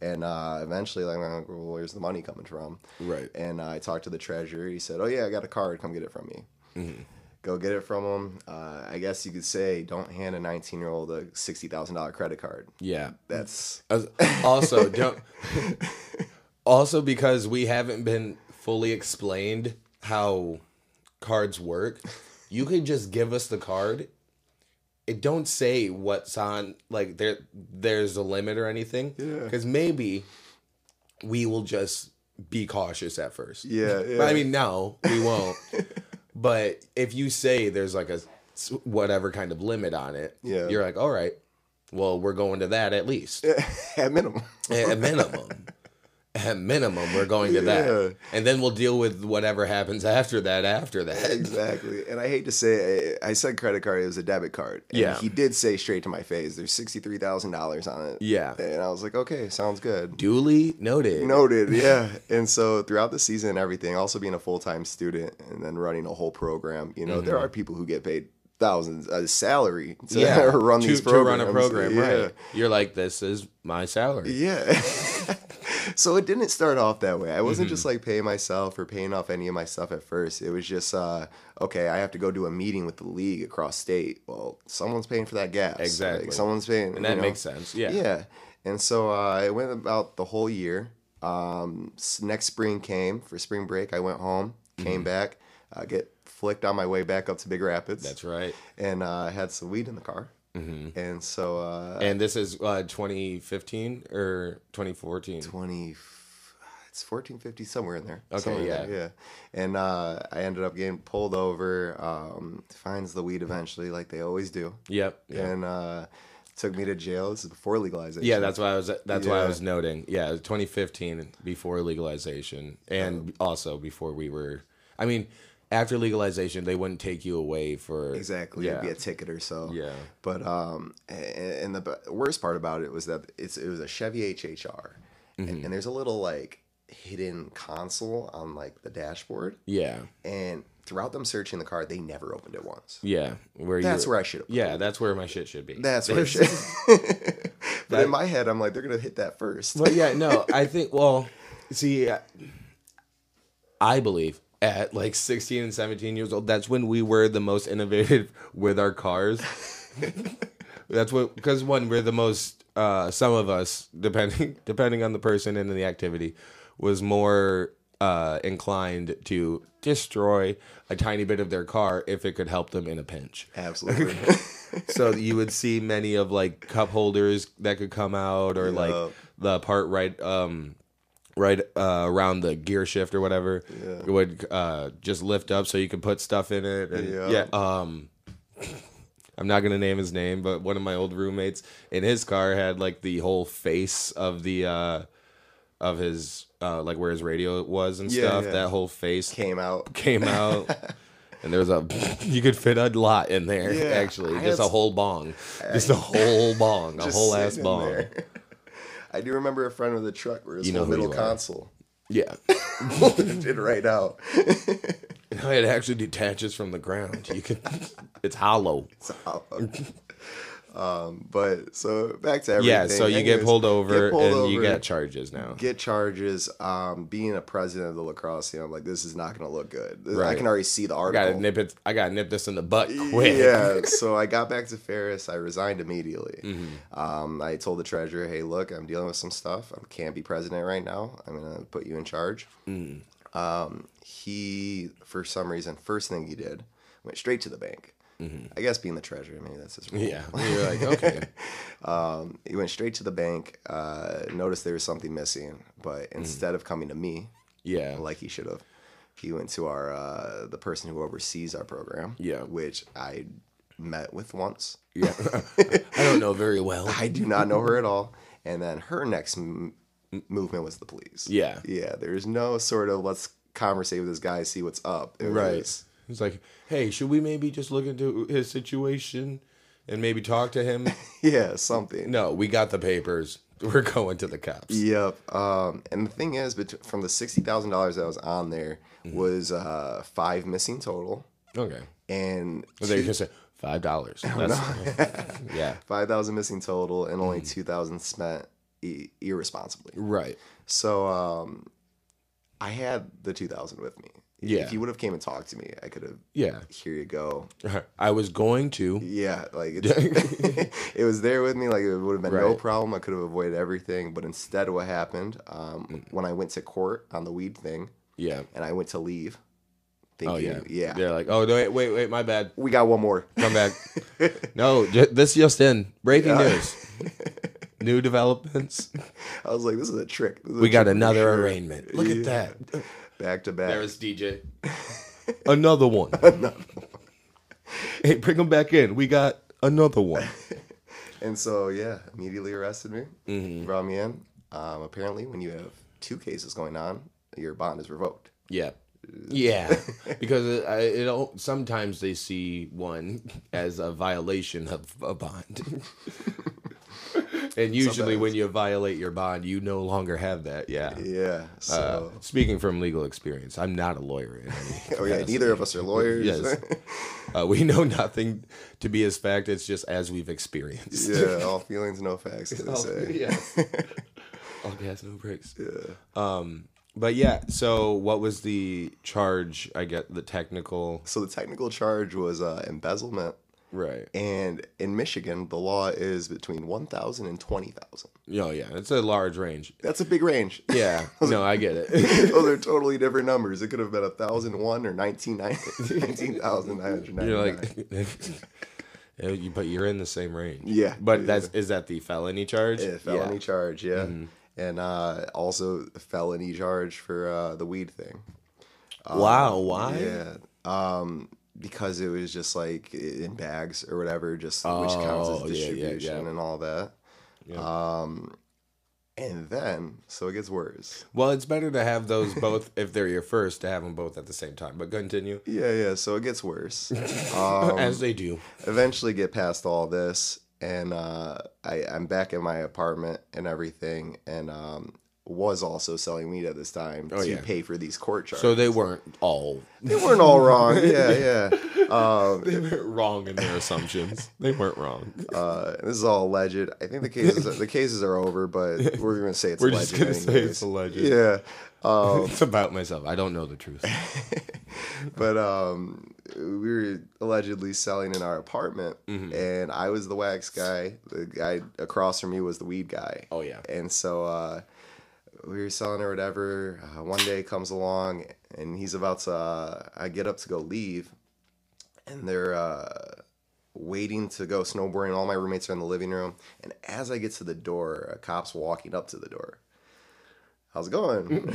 S2: And uh, eventually, like, I'm like, well, where's the money coming from?
S1: Right.
S2: And I talked to the treasurer. He said, oh, yeah, I got a card. Come get it from me.
S1: Mm-hmm.
S2: Go get it from him. Uh, I guess you could say, don't hand a 19 year old a $60,000 credit card.
S1: yeah.
S2: That's
S1: As- Also, don't. Also, because we haven't been fully explained how cards work, you could just give us the card. It don't say what's on. Like there, there's a limit or anything.
S2: Yeah.
S1: Because maybe we will just be cautious at first.
S2: yeah. yeah.
S1: But, I mean, no, we won't. but if you say there's like a s- whatever kind of limit on it,
S2: Yeah.
S1: you're like, all right, well, we're going to that at least
S2: at minimum.
S1: at minimum. At minimum, we're going to
S2: Yeah.
S1: that, and then we'll deal with whatever happens after that. After that,
S2: Exactly. And I hate to say I, I said credit card, it was a debit card. And
S1: Yeah.
S2: He did say straight to my face, there's $63,000 on it.
S1: Yeah.
S2: And I was like, okay, sounds good.
S1: duly noted.
S2: Noted, yeah. And so throughout the season and everything, also being a full time student and then running a whole program, you know, there are people who get paid thousands a salary to
S1: Mm-hmm. yeah,
S2: run
S1: to,
S2: these
S1: to
S2: programs.
S1: run a program,
S2: Yeah.
S1: right? You're like, this is my salary.
S2: Yeah. so it didn't start off that way. I wasn't just
S1: Mm-hmm.
S2: like paying myself or paying off any of my stuff at first. It was just uh, okay, I have to go do a meeting with the league across state. Well, someone's paying for that gas.
S1: Exactly.
S2: Like, someone's paying.
S1: and that makes sense. Yeah,
S2: Yeah. And so uh, it went about the whole year. Um, s- next spring came for spring break. I went home,
S1: Mm-hmm.
S2: came back, uh, get flicked on my way back up to Big Rapids,
S1: that's Mm-hmm. right.
S2: and uh, I had some weed in the car. And so uh,
S1: And this is uh, 2015 or 2014.
S2: 20 f- it's 1450 somewhere in there
S1: Okay,
S2: Somewhere in
S1: yeah.
S2: there, yeah and uh, i ended up getting pulled over um, finds the weed eventually like they always do
S1: Yep. Yeah.
S2: and uh, took me to jail this is before legalization
S1: Yeah, that's why I was. That's why I
S2: Yeah.
S1: was noting. Yeah, it was 2015 before legalization, and also before we were. I mean, after legalization, they wouldn't take you away for
S2: exactly
S1: Yeah,
S2: it'd be a ticket or so
S1: yeah,
S2: but um a- a- and the b- worst part about it was that it's it was a chevy hhr
S1: Mm-hmm.
S2: and, and there's a little like hidden console on like the dashboard
S1: yeah,
S2: and throughout them searching the car they never opened it once
S1: yeah. Where
S2: that's
S1: you,
S2: where i should have
S1: Yeah, that's where my shit should be.
S2: That's where shit. but
S1: That-
S2: in my head, I'm like, they're gonna hit that first.
S1: But yeah, no, I think. Well, see, I- I believe at like 16 and 17 years old, that's when we were the most innovative with our cars. that's what because one, we're the most. Uh, some of us, depending depending on the person and the activity, was more uh, inclined to destroy a tiny bit of their car if it could help them in a pinch
S2: Absolutely.
S1: so you would see many of like cup holders that could come out or
S2: Yeah.
S1: like the part right um right uh, around the gear shift or whatever would uh just lift up so you could put stuff in it and yeah,
S2: Yeah.
S1: um I'm not gonna name his name, but one of my old roommates in his car had like the whole face of the uh of his uh like where his radio was and
S2: Yeah,
S1: stuff.
S2: yeah.
S1: That whole face
S2: Came out.
S1: came out. And there was a, you could fit a lot in there
S2: Yeah,
S1: actually,
S2: I
S1: just a
S2: had-
S1: whole bong, just a whole bong, a
S2: just
S1: whole ass
S2: sitting in
S1: bong.
S2: there. I do remember a friend with a truck where his
S1: You know
S2: whole
S1: who
S2: middle
S1: you are.
S2: console
S1: Yeah,
S2: did right out.
S1: it actually detaches from the ground. You could, it's hollow.
S2: So, um, but so back to everything.
S1: Yeah, so you get
S2: Anyways,
S1: pulled over
S2: get pulled
S1: and you
S2: over,
S1: get charges now.
S2: get charges. Um, being a president of the lacrosse team, I'm like, this is not gonna look good. This- I
S1: Right.
S2: can already see the
S1: I gotta
S2: article.
S1: nip it. I gotta nip this in the butt quick.
S2: Yeah, so I got back to Ferris. I resigned immediately.
S1: Mm-hmm.
S2: Um, I told the treasurer, "Hey, look, I'm dealing with some stuff. I can't be president right now. I'm gonna put you in charge."
S1: Mm.
S2: Um, he, for some reason, first thing he did, went straight to the bank. I guess being the treasurer, maybe that's his role.
S1: Mm-hmm. yeah. You're like, okay,
S2: Um, he went straight to the bank. Uh, noticed there was something missing, but
S1: Mm-hmm.
S2: instead of coming to me,
S1: yeah,
S2: like he should have. He went to our uh, the person who oversees our program.
S1: Yeah.
S2: Which I met with once.
S1: Yeah. I don't know very well.
S2: I do not know her at all. And then her next m- movement was the police.
S1: Yeah.
S2: Yeah. There's no sort of let's conversate with this guy, see what's up. It was-
S1: He's like, hey, should we maybe just look into his situation and maybe talk to him?
S2: yeah, something.
S1: no, we got the papers. We're going to the cops.
S2: Yep. Um, and the thing is, bet- from the sixty thousand dollars that was on there,
S1: Mm-hmm.
S2: was uh, five missing total,
S1: Okay.
S2: and
S1: They just say five dollars. yeah.
S2: five thousand missing total, and
S1: Mm.
S2: only two thousand spent i irresponsibly.
S1: Right.
S2: So um, I had the two thousand with me.
S1: Yeah.
S2: If you would have came and talked to me, I could have.
S1: Yeah.
S2: Here you go.
S1: I was going to.
S2: Yeah, like it's, it was there with me. Like it would have been no
S1: Right.
S2: problem. I could have avoided everything. But instead, what happened um,
S1: Mm.
S2: when I went to court on the weed thing,
S1: Yeah.
S2: and I went to leave. Thank
S1: Oh yeah.
S2: you. Yeah.
S1: They're like, oh no, wait, wait, wait, my bad.
S2: We got one more.
S1: Come back. no, ju- this just in. Breaking news. New developments.
S2: I was like, this is a trick. This is a
S1: We got
S2: trick for
S1: another
S2: sure.
S1: arraignment. Look at that.
S2: Back to back.
S1: DJ. another one. another Hey, bring him back in. We got another one.
S2: and so, yeah, immediately arrested me,
S1: Mm-hmm.
S2: brought me in. Um, apparently, when you have two cases going on, your bond is revoked.
S1: Yeah. Yeah, because it, I, it all, sometimes they see one as a violation of a bond, and usually when you violate your bond, you no longer have that. Yeah.
S2: Yeah.
S1: Uh,
S2: So,
S1: speaking from legal experience, I'm not a lawyer. In any
S2: oh, yeah,
S1: capacity.
S2: neither of us are lawyers.
S1: Yes. Uh, we know nothing to be as fact. It's just as we've experienced.
S2: yeah, all feelings, no facts, as they
S1: Oh,
S2: say.
S1: yes. All gas, no brakes. Yeah. Um, but yeah, so what was the charge? I get the technical.
S2: So, the technical charge was uh, embezzlement.
S1: Right.
S2: And in Michigan, the law is between 1,000 and 20,000.
S1: Oh, yeah. It's a large range.
S2: That's a big range.
S1: Yeah. no, I get it.
S2: Those are totally different numbers. It could have been a thousand one or nineteen nineteen thousand nine hundred ninety.
S1: You're like, Yeah, you- but you're in the same range.
S2: Yeah.
S1: But
S2: Yeah.
S1: that's is that the felony charge?
S2: yeah, felony charge, yeah,
S1: Mm-hmm.
S2: and uh, also a felony charge for uh, the weed thing.
S1: wow. Why?
S2: Yeah, um, because it was just like in bags or whatever, just which counts
S1: Oh,
S2: as
S1: yeah, yeah,
S2: distribution
S1: yeah.
S2: and all that.
S1: Yeah.
S2: Um, and then so it gets worse.
S1: Well, it's better to have those both if they're your first to have them both at the same time. But continue
S2: Yeah, yeah. So it gets worse. Um,
S1: as they do.
S2: eventually get past all this and uh, I, I'm back in my apartment and everything and um, was also selling weed at this time
S1: Oh,
S2: to
S1: yeah.
S2: pay for these court charges.
S1: So they weren't all
S2: they weren't all wrong. Yeah, yeah. Um,
S1: they were wrong in their assumptions. They weren't wrong.
S2: uh, this is all alleged. I think the cases the cases are over, but we're gonna say it's
S1: We're
S2: alleged.
S1: just gonna say
S2: anyways.
S1: it's alleged.
S2: Yeah. Um,
S1: It's about myself. I don't know the truth.
S2: but um, we were allegedly selling in our apartment,
S1: Mm-hmm.
S2: and I was the wax guy. The guy across from me was the weed guy.
S1: Oh, yeah.
S2: And so uh, we were selling or whatever. Uh, one day comes along, and he's about to. Uh, I get up to go leave, and they're uh, waiting to go snowboarding. All my roommates are in the living room, and as I get to the door, a cop's walking up to the door how's it going?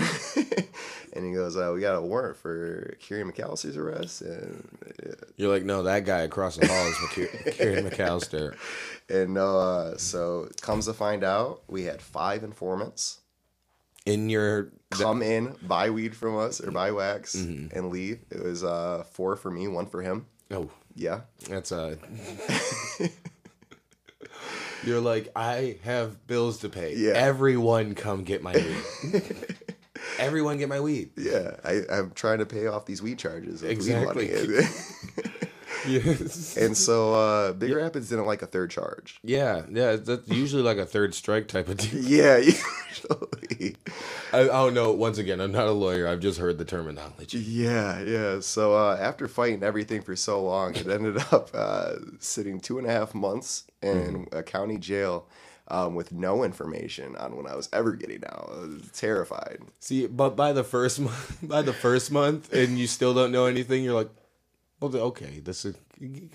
S2: and he goes, uh, we got a warrant for Kerry McAllister's arrest. And,
S1: You're like, no, that guy across the hall is McC- Kerry McAllister.
S2: and uh, so comes to find out, we had five informants
S1: In your
S2: come in, buy weed from us or buy wax and leave. It was uh, four for me, one for him.
S1: oh,
S2: Yeah.
S1: that's uh, a. You're like, I have bills to pay.
S2: Yeah.
S1: Everyone, come get my weed. Everyone, get my weed.
S2: Yeah. I, I'm trying to pay off these weed charges. with weed
S1: Exactly.
S2: money.
S1: Yes.
S2: and so uh, Big Rapids didn't like a third charge.
S1: Yeah, yeah. That's usually like a third strike type of deal.
S2: Yeah, usually.
S1: I, oh no! Once again, I'm not a lawyer. I've just heard the terminology.
S2: Yeah, yeah. So uh, after fighting everything for so long, it ended up uh, sitting two and a half months in a county jail um, with no information on when I was ever getting out. I was terrified.
S1: See, but by the first month, by the first month, and you still don't know anything, you're like, well, th- okay, this is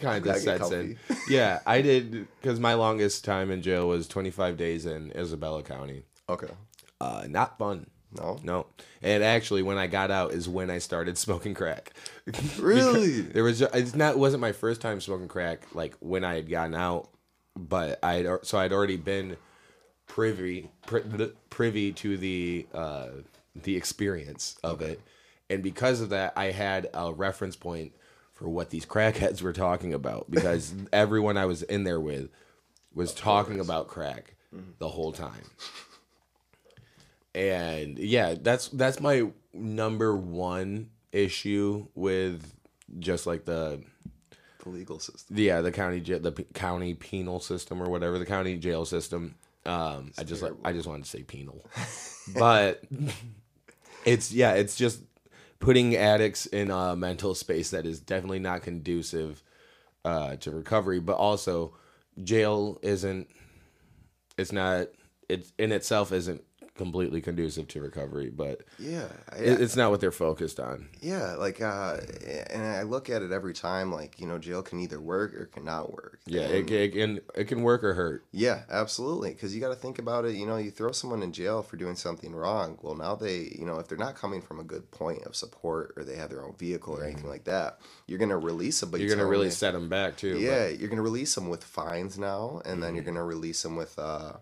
S1: kind of
S2: Gotta get
S1: sets in. Yeah, I did because my longest time in jail was 25 days in Isabella County.
S2: Okay.
S1: Uh, not fun.
S2: No.
S1: No. And actually, when I got out is when I started smoking crack.
S2: Really?
S1: there was it's not wasn't my first time smoking crack like when I had gotten out, but I had al- so I'd already been privy pri- the- privy to the uh, the experience of it, and because of that, I had a reference point for what these crackheads were talking about because everyone I was in there with was talking about crack the whole time and yeah that's that's my number one issue with just like the
S2: The legal system.
S1: yeah the county jail the p- county penal system or whatever the county jail system um i just like i just wanted to say penal but it's yeah it's just putting addicts in a mental space that is definitely not conducive uh to recovery but also jail isn't it's not it's in itself isn't completely conducive to recovery but
S2: Yeah. I,
S1: it, it's not what they're focused on
S2: yeah. Like, uh, and I look at it every time. Like, you know, jail can either work or cannot work.
S1: yeah
S2: And-
S1: it, ca- it can it can work or hurt
S2: Yeah, absolutely. Because you got to think about it. You know, you throw someone in jail for doing something wrong. Well, now they, you know, if they're not coming from a good point of support or they have their own vehicle or anything like that, you're going to release them. But
S1: Mm-hmm. you're gonna
S2: tell
S1: really
S2: them-
S1: set them back too but- Mm-hmm.
S2: yeah, you're going to release them with fines now, and then you're going to release them with, uh,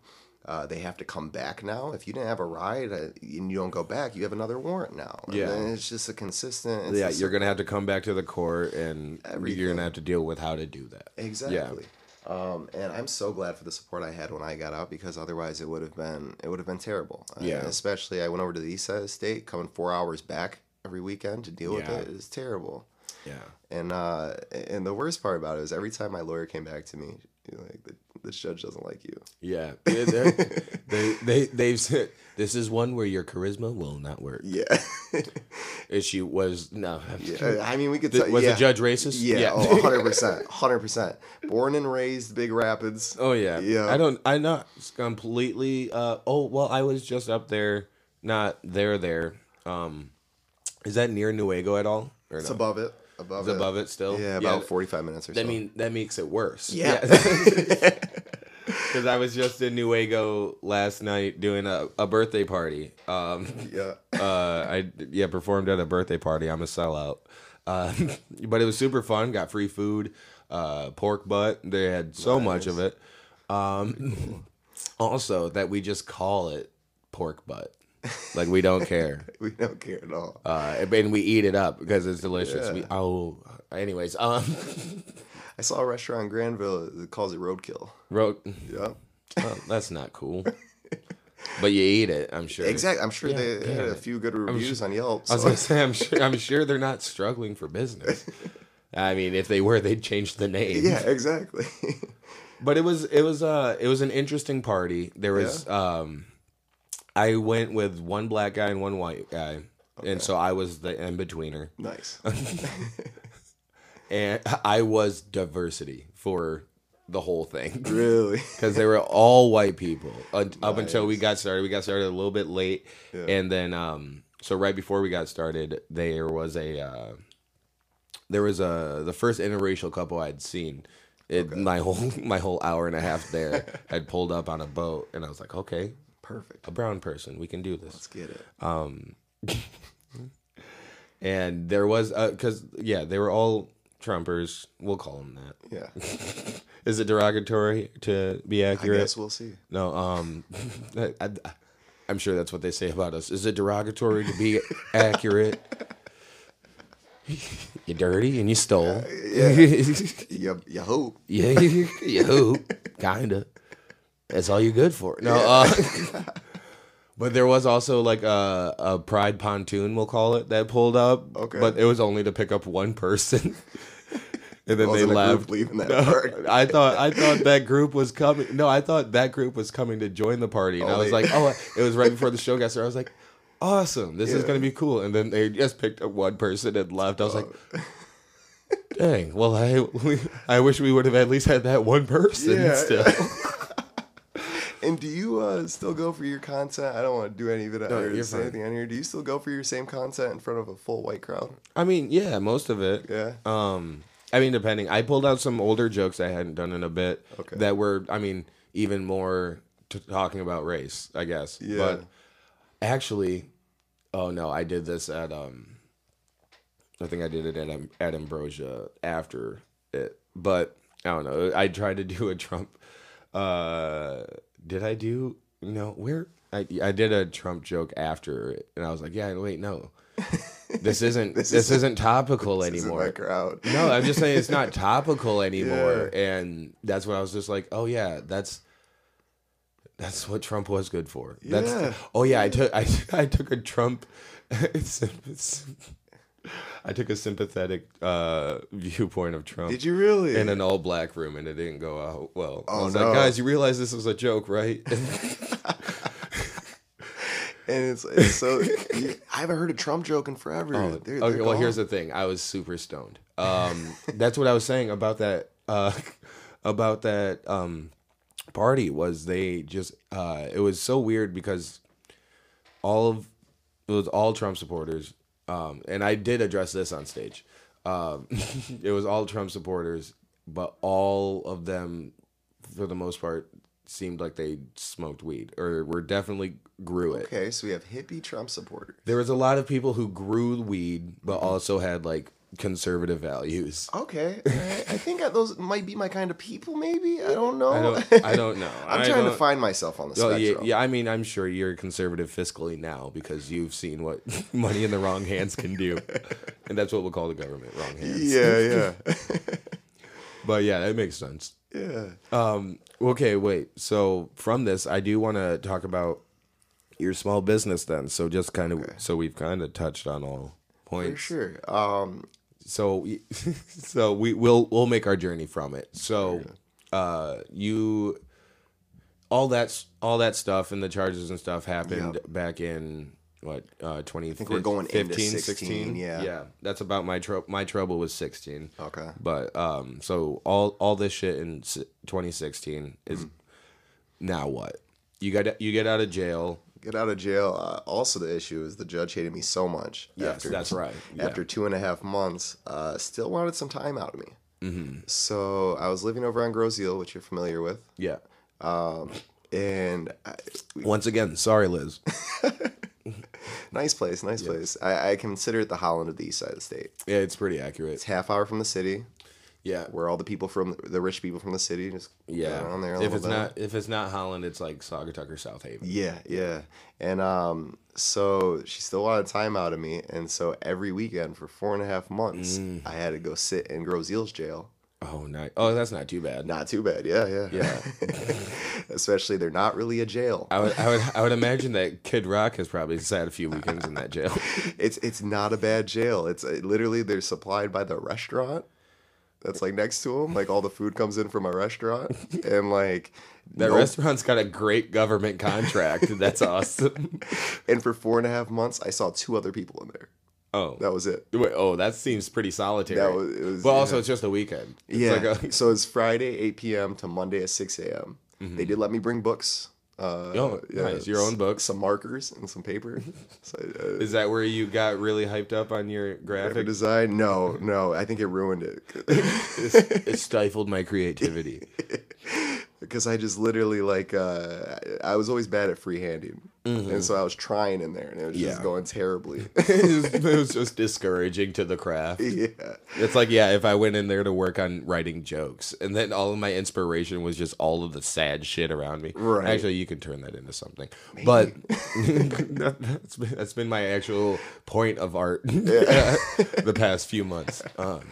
S2: uh, they have to come back now. If you didn't have a ride uh, and you don't go back, you have another warrant now. And
S1: Yeah.
S2: then it's just a consistent. it's
S1: yeah,
S2: just
S1: you're gonna have to come back to the court, and you're
S2: Everything.
S1: gonna have to deal with how to do that.
S2: Exactly. Um, and I'm so glad for the support I had when I got out because otherwise it would have been it would have been terrible. Uh,
S1: Yeah.
S2: especially I went over to the east side of the state, coming four hours back every weekend to deal
S1: Yeah.
S2: with it is terrible.
S1: Yeah,
S2: And uh, and the worst part about it is every time my lawyer came back to me, you know, like the, this judge doesn't like you.
S1: yeah. They- they're- they they they've said this is one where your charisma will not work.
S2: Yeah.
S1: If she was no,
S2: yeah. uh, I mean, we could.
S1: Th-
S2: tell-
S1: was the
S2: yeah.
S1: judge racist?
S2: Yeah,
S1: Yeah.
S2: oh, 100%. 100%. Born and raised Big Rapids.
S1: Oh yeah.
S2: Yeah.
S1: I don't. I'm not completely. Uh, oh well, I was just up there. Not there. There. Um, is that near Nuevo at all? Or
S2: It's
S1: no?
S2: above it. Above
S1: It's
S2: it.
S1: above it still.
S2: Yeah, about 45 minutes or so.
S1: That mean that makes it worse.
S2: Yeah.
S1: Because I was just in Nuevo last night doing a, a birthday party. Um,
S2: yeah.
S1: uh, I yeah performed at a birthday party. I'm a sellout, uh, but it was super fun. Got free food, uh, pork butt. They had so much of it. Um, also that we just call it pork butt, like we don't care.
S2: We don't care at all.
S1: Uh, and we eat it up because it's delicious. We oh, anyways, um,
S2: I saw a restaurant in Granville that calls it roadkill.
S1: wrote.
S2: Yeah.
S1: Well, that's not cool. but you eat it, I'm sure.
S2: Exactly. I'm sure they
S1: yeah.
S2: had a few good reviews on Yelp.
S1: I was
S2: so-
S1: gonna say, I'm sure. I'm sure they're not struggling for business. I mean, if they were, they'd change the name.
S2: yeah, exactly.
S1: But it was it was uh it was an interesting party. There was um, I went with one black guy and one white guy, and so I was the in betweener,
S2: nice.
S1: and I was diversity for the whole thing.
S2: really?
S1: because they were all white people uh, up until we got started. We got started a little bit late, and then um, so right before we got started, there was a uh, there was a the first interracial couple I'd seen. It, My whole my whole hour and a half there had pulled up on a boat, and I was like, okay,
S2: Perfect.
S1: a brown person, we can do this.
S2: Let's get it.
S1: uh, And there was because yeah, they were all Trumpers. We'll call them that.
S2: Yeah.
S1: Is it derogatory to be
S2: I
S1: accurate?
S2: guess we'll see.
S1: No, um, I, I- I'm sure that's what they say about us. Is it derogatory to be accurate? you dirty and you stole.
S2: Uh,
S1: Yeah,
S2: You, you hope.
S1: you, you hoop, kinda. That's all you're good for. No, uh, but there was also like a, a pride pontoon, we'll call it, that pulled up.
S2: Okay.
S1: but it was only to pick up one person. And then they
S2: Wasn't a group
S1: left.
S2: leaving that
S1: No,
S2: part.
S1: I thought I thought that group was coming. No, I thought that group was coming to join the party, and I
S2: Oh,
S1: was
S2: they-
S1: like, oh, it was right before the show got started. I was like, awesome, this is
S2: Yeah.
S1: gonna be cool. And then they just picked up one person and left. I was
S2: Oh.
S1: like, dang, well, I I wish we would have at least had that one person
S2: Yeah.
S1: still.
S2: And do you uh, still go for your content? I don't want to do any of it or
S1: you're
S2: say
S1: fine.
S2: anything on here. Do you still go for your same content in front of a full white crowd?
S1: I mean, yeah, most of it.
S2: Yeah.
S1: Um, I mean, depending. I pulled out some older jokes I hadn't done in a bit
S2: Okay.
S1: that were, I mean, even more t- talking about race, I guess.
S2: Yeah.
S1: But actually, Oh no, I did this at um. I think I did it at Am- at Ambrosia after it, but I don't know. I tried to do a Trump. Uh, did I do no? Where I I did a Trump joke after it, and I was like, yeah, wait, no, this isn't this, isn't topical anymore.
S2: my crowd.
S1: No, I'm just saying it's not topical anymore. And that's when I was just like, oh yeah, that's that's what Trump was good for. That's
S2: Yeah.
S1: oh yeah, I took I, I took a Trump it's- it's- I took a sympathetic uh, viewpoint of Trump.
S2: Did you really?
S1: in an all black room and it didn't go out well. I
S2: Oh,
S1: was
S2: no.
S1: like, guys, you realize this was a joke, right?
S2: and it's, it's so you, I haven't heard a Trump joke in forever. They're-
S1: Oh, okay,
S2: they're
S1: well,
S2: gone.
S1: here's the thing. I was super stoned. Um, that's what I was saying about that. Uh, about that um, party was they just. Uh, it was so weird because all of it was all Trump supporters. Um, and I did address this on stage. Um, it was all Trump supporters, but all of them, for the most part, seemed like they smoked weed or were definitely grew it
S2: okay, so we have hippie Trump supporters.
S1: there was a lot of people who grew weed but also had like conservative values
S2: Okay, all right. I think that those might be my kind of people. Maybe I don't know.
S1: i don't i don't know
S2: I'm
S1: I
S2: trying to
S1: don't-
S2: find myself on the
S1: Oh,
S2: spectrum.
S1: yeah, yeah, I mean, I'm sure you're conservative fiscally now because you've seen what money in the wrong hands can do. and that's what we'll call the government, wrong hands.
S2: yeah, yeah,
S1: But yeah, that makes sense.
S2: yeah.
S1: Okay, wait. So from this, I do want to talk about your small business then. So just kind of, so we've kind of touched on all
S2: For
S1: points.
S2: sure. Um,
S1: so we- so we will we'll make our journey from it so uh you all that's all that stuff and the charges and stuff happened back in what uh 20 I think
S2: we're going into 16, yeah.
S1: yeah that's about my trouble my trouble was 16
S2: Okay.
S1: but um so all all this shit in s- 2016 is
S2: Hmm.
S1: now what you got you get out of jail
S2: get out of jail. Uh, also, the issue is the judge hated me so much.
S1: Yes, that's right. Yeah.
S2: After two and a half months, uh, still wanted some time out of me. Mm-hmm. So I was living over on Groseal, which you're familiar with,
S1: yeah
S2: and I, we-
S1: once again sorry liz
S2: nice place, nice place. I, I consider it the Holland of the east side of the state.
S1: yeah it's pretty accurate
S2: It's half hour from the city,
S1: yeah
S2: where all the people from the rich people from the city just
S1: Yeah,
S2: go down there. A
S1: if
S2: little
S1: it's
S2: bit.
S1: not if it's not Holland, it's like Saugatuck or South Haven.
S2: Yeah, yeah. And um, so she still wanted time out of me, and so every weekend for four and a half months,
S1: Mm.
S2: I had to go sit in Groseal's jail.
S1: Oh, nice. Oh, that's not too bad.
S2: Not too bad, yeah, yeah,
S1: Yeah,
S2: Especially they're not really a jail.
S1: I would, I would, I would imagine that Kid Rock has probably sat a few weekends in that jail.
S2: It's it's not a bad jail. It's uh, literally they're supplied by the restaurant. That's like next to them. Like all the food comes in from a restaurant, and like
S1: That
S2: no-
S1: restaurant's got a great government contract. That's awesome.
S2: And for four and a half months, I saw two other people in there.
S1: Oh,
S2: That was it.
S1: wait, oh, that seems pretty solitary.
S2: That was- it was-
S1: but also, it's just a weekend. It's
S2: yeah.
S1: like a-
S2: so it's Friday, 8 p.m. to Monday at 6 a.m. They did let me bring books. Uh,
S1: Mm-hmm. Oh, nice. Your own
S2: s-
S1: books?
S2: Some markers and some paper. so, uh,
S1: is that where you got really hyped up on your
S2: graphic
S1: graphic?
S2: design? No, no. I think it ruined it.
S1: It's- it stifled my creativity.
S2: Because I just literally, like, uh, I I was always bad at freehanding. And so I was trying in there and it was
S1: Mm-hmm. Yeah.
S2: just going terribly.
S1: it, was, it was just discouraging to the craft.
S2: yeah.
S1: It's like, yeah, if I went in there to work on writing jokes, and then all of my inspiration was just all of the sad shit around me.
S2: Right.
S1: Actually, you can turn that into something. But that- that's been, that's been my actual point of art the past few months. Um,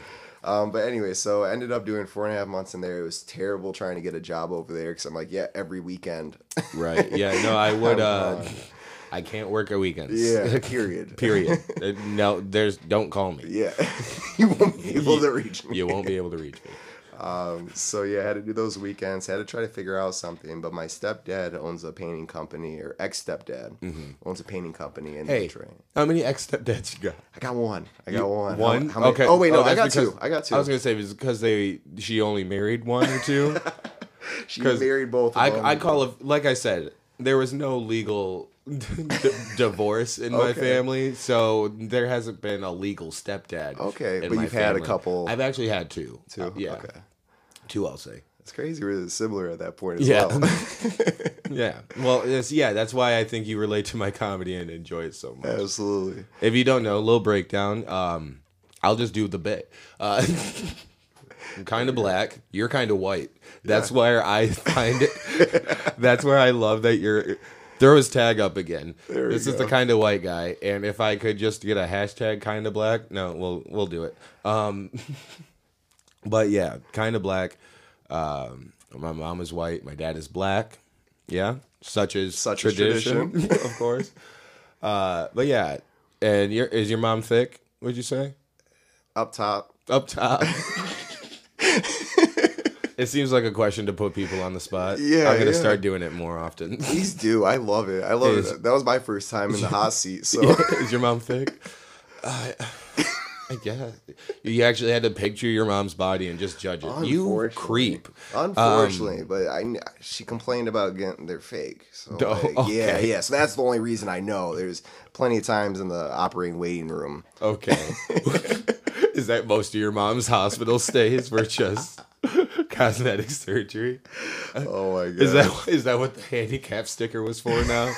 S2: Um, but anyway, so I ended up doing four and a half months in there. It was terrible trying to get a job over there because I'm like, yeah, every weekend.
S1: right. Yeah. No, I would. Uh, I can't work at weekends.
S2: yeah, period.
S1: Period. Uh, No, there's. Don't call me.
S2: Yeah, you won't be able to reach me.
S1: You won't be able to reach me.
S2: So yeah, I had to do those weekends. Had to try to figure out something. But my stepdad owns a painting company, or ex stepdad owns a painting company in
S1: Mm-hmm. Hey,
S2: Detroit.
S1: how many ex stepdads you got?
S2: I got one. I got one. How-
S1: One.
S2: How, many?
S1: Okay.
S2: Oh wait, no, I
S1: that's
S2: got
S1: because-
S2: two. I got two.
S1: I was gonna say it's because they she only married one or two.
S2: she
S1: 'cause
S2: married both. Of them.
S1: I I call it like I said. There was no legal d- divorce in my
S2: Okay.
S1: family, so there hasn't been a legal stepdad.
S2: Okay,
S1: in
S2: but
S1: my
S2: you've had a
S1: family.
S2: couple-
S1: I've actually had two. Uh,
S2: Two?
S1: yeah,
S2: Okay.
S1: two. I'll say.
S2: It's crazy. We're similar at that point as
S1: Yeah.
S2: well.
S1: Yeah. Well, it's, yeah, that's why I think you relate to my comedy and enjoy it so much.
S2: Absolutely.
S1: If you don't know, little breakdown. Um, I'll just do the bit. Uh, I'm kind of black. You're kind of white. That's where I find it. that's where I love that you're. Throw his tag up again.
S2: we
S1: this is the
S2: go.
S1: kind of white guy, and if I could just get a hashtag kind of black, no, we'll we'll do it. Um, but yeah, kind of black. Um, my mom is white. My dad is black. Yeah, such is
S2: Such is
S1: tradition, of course. Uh, but yeah, and your is your mom thick? Would you say
S2: Up top.
S1: up top? it seems like a question to put people on the spot.
S2: Yeah,
S1: I'm gonna
S2: yeah.
S1: start doing it more often.
S2: Please do. I love it. I love
S1: Is-
S2: it. That was my first time in the hot seat. So
S1: is your mom thick? Uh, I guess you actually had to picture your mom's body and just judge it. You
S2: Unfortunately.
S1: creep. Um,
S2: unfortunately, but I kn- she complained about getting they're fake. So
S1: Oh,
S2: like, yeah,
S1: okay.
S2: yeah. So that's the only reason I know. There's plenty of times in the operating waiting room.
S1: Okay. Is that most of your mom's hospital stays were just cosmetic surgery?
S2: Oh my god.
S1: Uh, Is that is that what the handicap sticker was for now?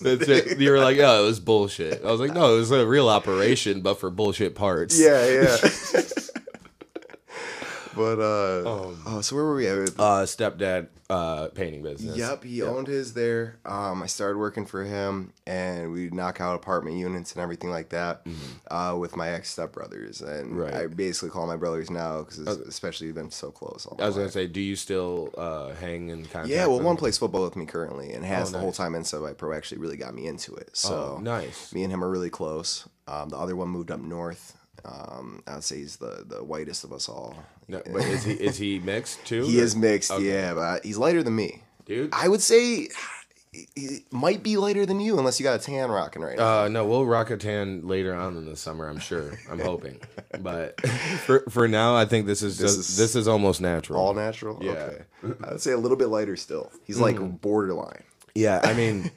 S1: That's it. You were like, oh, it was bullshit. I was like, no, it was a real operation, but for bullshit parts.
S2: Yeah, yeah. but uh oh, so where were we at? with-
S1: Um, Uh, stepdad uh, painting business.
S2: Yep, he owned his there. Um, I started working for him, and we knock out apartment units and everything like that uh, with my ex stepbrothers. And
S1: Mm-hmm. Right. Uh,
S2: I basically call my brothers now because, especially, we've been so close. All
S1: I was
S2: my
S1: gonna
S2: life.
S1: say, do you still uh, hang in contact?
S2: yeah, well,
S1: with
S2: one
S1: him?
S2: plays football with me currently and has
S1: Oh,
S2: the whole
S1: nice.
S2: time in Sub Pro actually really got me into it. So
S1: Oh, nice.
S2: me and him are really close. Um, the other one moved up north. Um, I'd say he's the, the whitest of us all.
S1: No, but is he is he mixed too?
S2: He
S1: or-
S2: is mixed, yeah, but he's lighter than me.
S1: dude.
S2: I would say he- he might be lighter than you unless you got a tan rocking right now.
S1: Uh, no, we'll rock a tan later on in the summer. I'm sure. I'm hoping, but for for now, I think this is just,
S2: is-
S1: this is almost natural.
S2: All natural?
S1: yeah. Mm.
S2: I would say a little bit lighter still. He's like borderline.
S1: Yeah, I mean,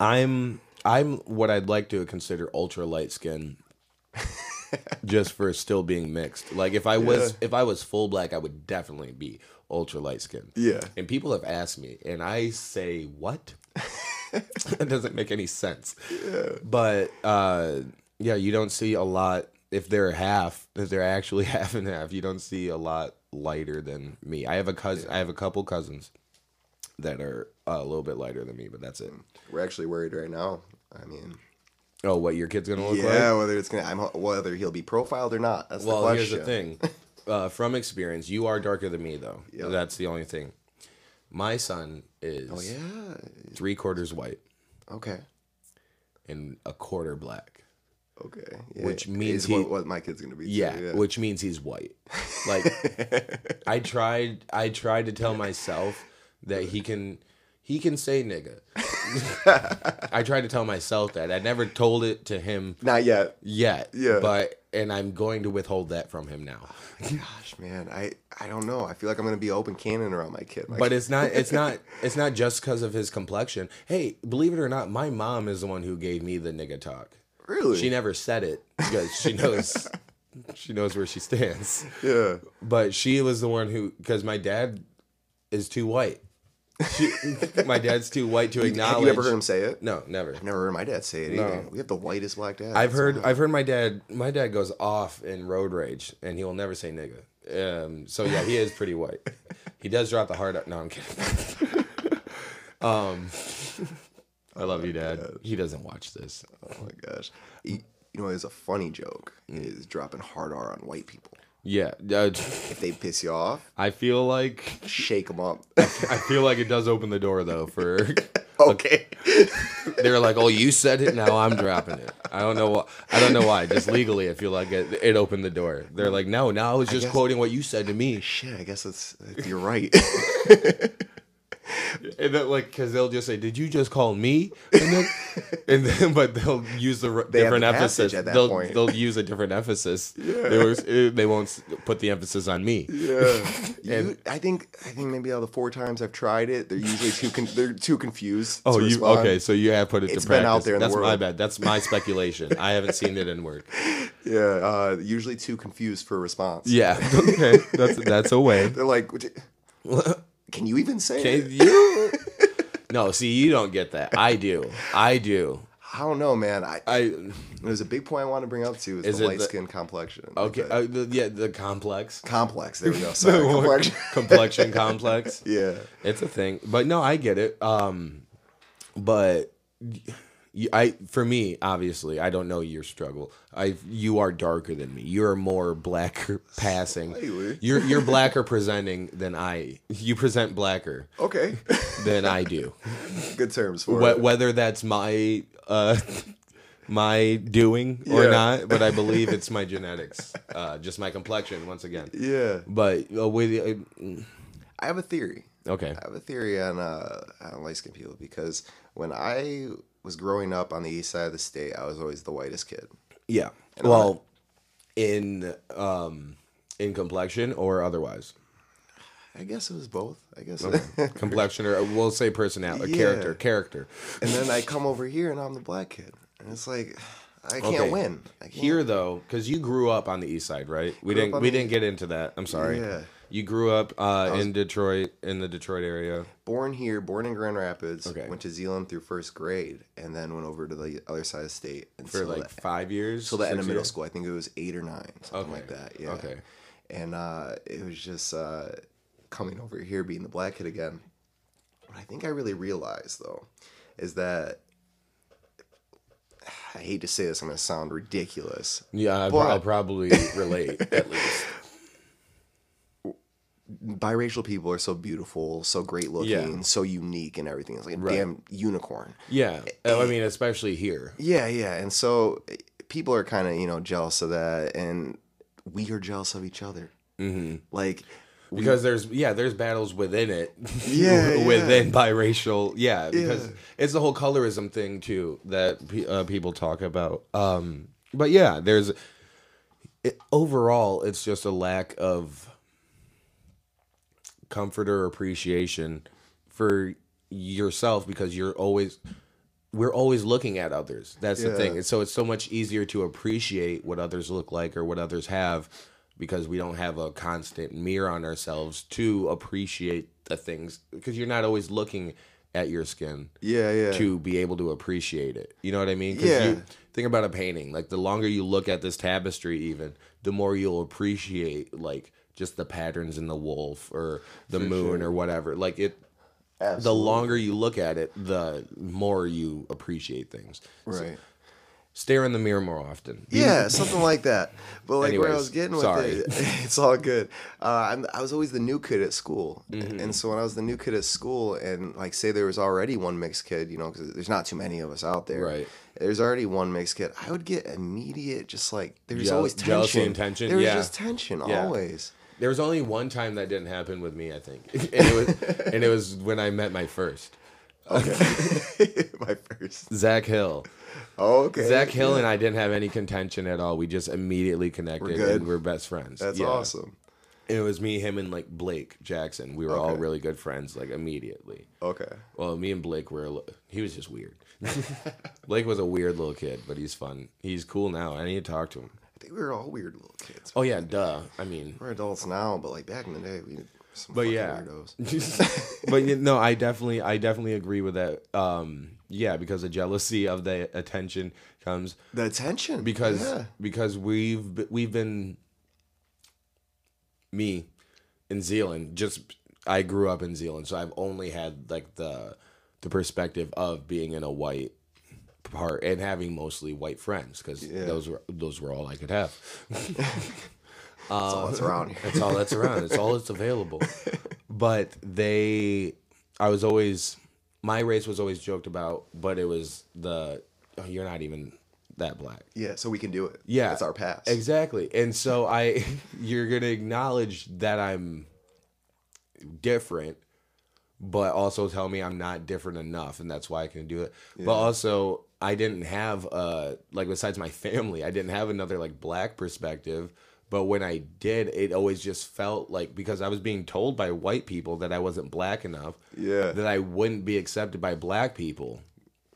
S1: I'm I'm what I'd like to consider ultra light skin, just for still being mixed. Like if I was if I was full black, I would definitely be ultra light skin.
S2: Yeah.
S1: and people have asked me, and I say what? that doesn't make any sense. Yeah. But uh, yeah, you don't see a lot. If they're half, if they're actually half and half, you don't see a lot lighter than me. I have a cousin. I have a couple cousins that are uh, a little bit lighter than me, but that's it.
S2: We're actually worried right now. I mean,
S1: Oh, what your kid's gonna look
S2: yeah,
S1: like?
S2: whether it's gonna, I'm, whether he'll be profiled or not. That's the
S1: Well,
S2: question.
S1: here's the thing. Uh, from experience, you are darker than me, though. That's the only thing. My son is
S2: Oh, Yeah.
S1: three quarters white
S2: Okay.
S1: and a quarter black.
S2: Okay. Yeah.
S1: Which means
S2: Is
S1: he-
S2: what, what my kid's gonna be. too,
S1: Yeah, which means he's white. Like I tried I tried to tell myself that he can he can say nigga. I tried to tell myself that. I never told it to him
S2: Not yet.
S1: yet.
S2: Yeah.
S1: But and I'm going to withhold that from him now.
S2: Gosh, man, I I don't know. I feel like I'm gonna be open cannon around my kid. My
S1: But it's not it's not it's not just because of his complexion. Hey, believe it or not, my mom is the one who gave me the nigga talk.
S2: really,
S1: She never said it because she knows she knows where she stands.
S2: yeah.
S1: But she was the one who, because my dad is too white. She, my dad's too white to acknowledge.
S2: Have you ever heard him say it?
S1: No, never.
S2: Never heard my dad say it either. We have the whitest black dad.
S1: I've heard. I've heard my dad. My dad goes off in road rage, and he will never say nigga. Um, so yeah, he is pretty white. He does drop the hard up. No, I'm kidding. um, I love you, Dad. He doesn't watch this.
S2: Oh my gosh. He- you know, it's a funny joke. Is dropping hard R on white people.
S1: Yeah, uh,
S2: If they piss you off,
S1: I feel like
S2: shake them up.
S1: I feel like it does open the door though for
S2: okay.
S1: They're like, "Oh, you said it. Now I'm dropping it." I don't know. Wh- I don't know why. Just legally, I feel like it, it opened the door. They're like, "No, now I was just
S2: guess-
S1: quoting what you said to me."
S2: Shit, I guess that's you're right.
S1: And then, like, because they'll just say, "Did you just call me?" And then, and then but they'll use the r-
S2: They have
S1: different
S2: the
S1: emphasis.
S2: passage at that
S1: they'll
S2: point.
S1: they'll use a different emphasis. They, was, eh, they won't s- put the emphasis on me.
S2: yeah. You, I think I think maybe out of the four times I've tried it, they're usually too con- they're too confused.
S1: Oh,
S2: to
S1: you
S2: respond.
S1: okay? So you have put it
S2: It's
S1: to
S2: been
S1: practice.
S2: out there in the
S1: That's my
S2: world.
S1: bad. That's my speculation. I haven't seen it in work.
S2: Yeah, uh, usually too confused for a response.
S1: Yeah. Okay. That's that's a way.
S2: They're like, "What di- Can you even say
S1: Hey,
S2: it?
S1: you. no, see, you don't get that. I do. I do.
S2: I don't know, man. I,
S1: I
S2: there's a big point I want to bring up too. Is,
S1: Is
S2: the
S1: it
S2: light
S1: the-
S2: skin complexion? Like
S1: okay.
S2: the
S1: Uh, the, yeah, the complex
S2: complex. There we go. Sorry, complexion.
S1: complexion complex.
S2: yeah.
S1: It's a thing, but no, I get it. Um, but y- I, for me, obviously, I don't know your struggle. I, you are darker than me. You're more blacker passing.
S2: Slightly.
S1: You're you're blacker presenting than I. You present blacker
S2: Okay.
S1: than I do.
S2: Good terms for
S1: Wh-
S2: it.
S1: whether that's my uh, my doing or
S2: Yeah.
S1: not, but I believe it's my genetics, uh, just my complexion once again.
S2: Yeah.
S1: But uh, with uh,
S2: I have a theory.
S1: okay,
S2: I have a theory on uh, on light skinned people because when I was growing up on the east side of the state, I was always the whitest kid.
S1: yeah. Well, in um, in complexion or otherwise,
S2: I guess it was both. I guess.
S1: complexion or we'll say personality, uh,
S2: Yeah.
S1: character, character.
S2: and then I come over here and I'm the black kid, and it's like I can't
S1: Okay.
S2: win. I can't.
S1: Here though, because you grew up on the east side, right? We
S2: Grew up
S1: didn't
S2: on
S1: we
S2: the-
S1: didn't get into that. I'm sorry.
S2: Yeah.
S1: You grew up uh, in Detroit, in the Detroit area.
S2: born here, born in Grand Rapids.
S1: Okay.
S2: Went to Zealand through first grade, and then went over to the other side of the state and
S1: for like five years.
S2: till the end
S1: six
S2: of middle
S1: years?
S2: school. I think it was eight or nine, something like
S1: Okay.
S2: that. Yeah.
S1: Okay.
S2: And uh, it was just uh, coming over here, being the black kid again. What I think I really realized though is that I hate to say this, I'm gonna sound ridiculous.
S1: Yeah, I,
S2: But-
S1: will probably relate at least.
S2: Biracial people are so beautiful, so great looking,
S1: Yeah.
S2: so unique, and everything. It's like a damn unicorn.
S1: Yeah, I mean, especially here.
S2: Yeah, yeah. And so eh, people are kind of, you know, jealous of that. And we are jealous of each other. Mm-hmm. Like,
S1: Because there's yeah, there's battles within it,
S2: Yeah, yeah.
S1: within biracial, yeah. Because it's the whole colorism thing too that pe- uh, people talk about. Um, but yeah, there's it, overall, it's just a lack of comfort or appreciation for yourself because you're always we're always looking at others. That's the
S2: Yeah.
S1: thing. And so it's so much easier to appreciate what others look like or what others have because we don't have a constant mirror on ourselves to appreciate the things because you're not always looking at your skin
S2: yeah, yeah.
S1: to be able to appreciate it. You know what I mean? 'Cause
S2: Yeah.
S1: You, think about a painting. Like the longer you look at this tapestry, even the more you'll appreciate like just the patterns in the wolf or the moon or whatever. Like it. The longer you look at it, the more you appreciate things. So
S2: Right.
S1: stare in the mirror more often.
S2: Yeah, something like that. But like where I
S1: Anyways,
S2: was getting with
S1: sorry.
S2: it, it's all good. Uh, I'm, I was always the new kid at school,
S1: Mm-hmm.
S2: and so when I was the new kid at school, and like say there was already one mixed kid, you know, because there's not too many of us out there.
S1: Right.
S2: There's already one mixed kid. I would get immediate, just like there's
S1: Jeal-
S2: always tension.
S1: jealousy and tension,
S2: There was
S1: yeah.
S2: just tension
S1: Yeah.
S2: always.
S1: There was only one time that didn't happen with me, I think, and it was and it was when I met my first
S2: My first.
S1: Zach Hill.
S2: Oh, okay.
S1: Zach Hill and I didn't have any contention at all. We just immediately connected
S2: good.
S1: and we're best friends.
S2: That's
S1: Yeah.
S2: awesome.
S1: And it was me, him, and like Blake Jackson. We were all
S2: Okay.
S1: really good friends, like immediately.
S2: Okay.
S1: Well, me and Blake were. a li- He was just weird. Blake was a weird little kid, but he's fun. He's cool now. I need to talk to him.
S2: I think we were all weird little kids.
S1: Oh yeah, duh. I mean,
S2: We're adults now, but like back in the day, we were some
S1: but
S2: fucking
S1: yeah.
S2: weirdos.
S1: but you no, I definitely, I definitely agree with that. Um, yeah, because the jealousy of the attention comes.
S2: The tension
S1: because uh,
S2: yeah.
S1: because we've b- we've been me in Zealand just I grew up in Zealand so I've only had like the the perspective of being in a white part and having mostly white friends cuz those were those were all I could have
S2: that's all that's around here.
S1: that's all that's around. It's all that's available. But they, I was always, my race was always joked about, but it was the, oh, you're not even that black.
S2: Yeah, so we can do it.
S1: Yeah.
S2: It's our past.
S1: Exactly. And so I you're going to acknowledge that I'm different but also tell me I'm not different enough and that's why I can do it. But also I didn't have uh like besides my family, I didn't have another like black perspective, but when I did, it always just felt like because I was being told by white people that I wasn't black enough,
S2: Yeah.
S1: that I wouldn't be accepted by black people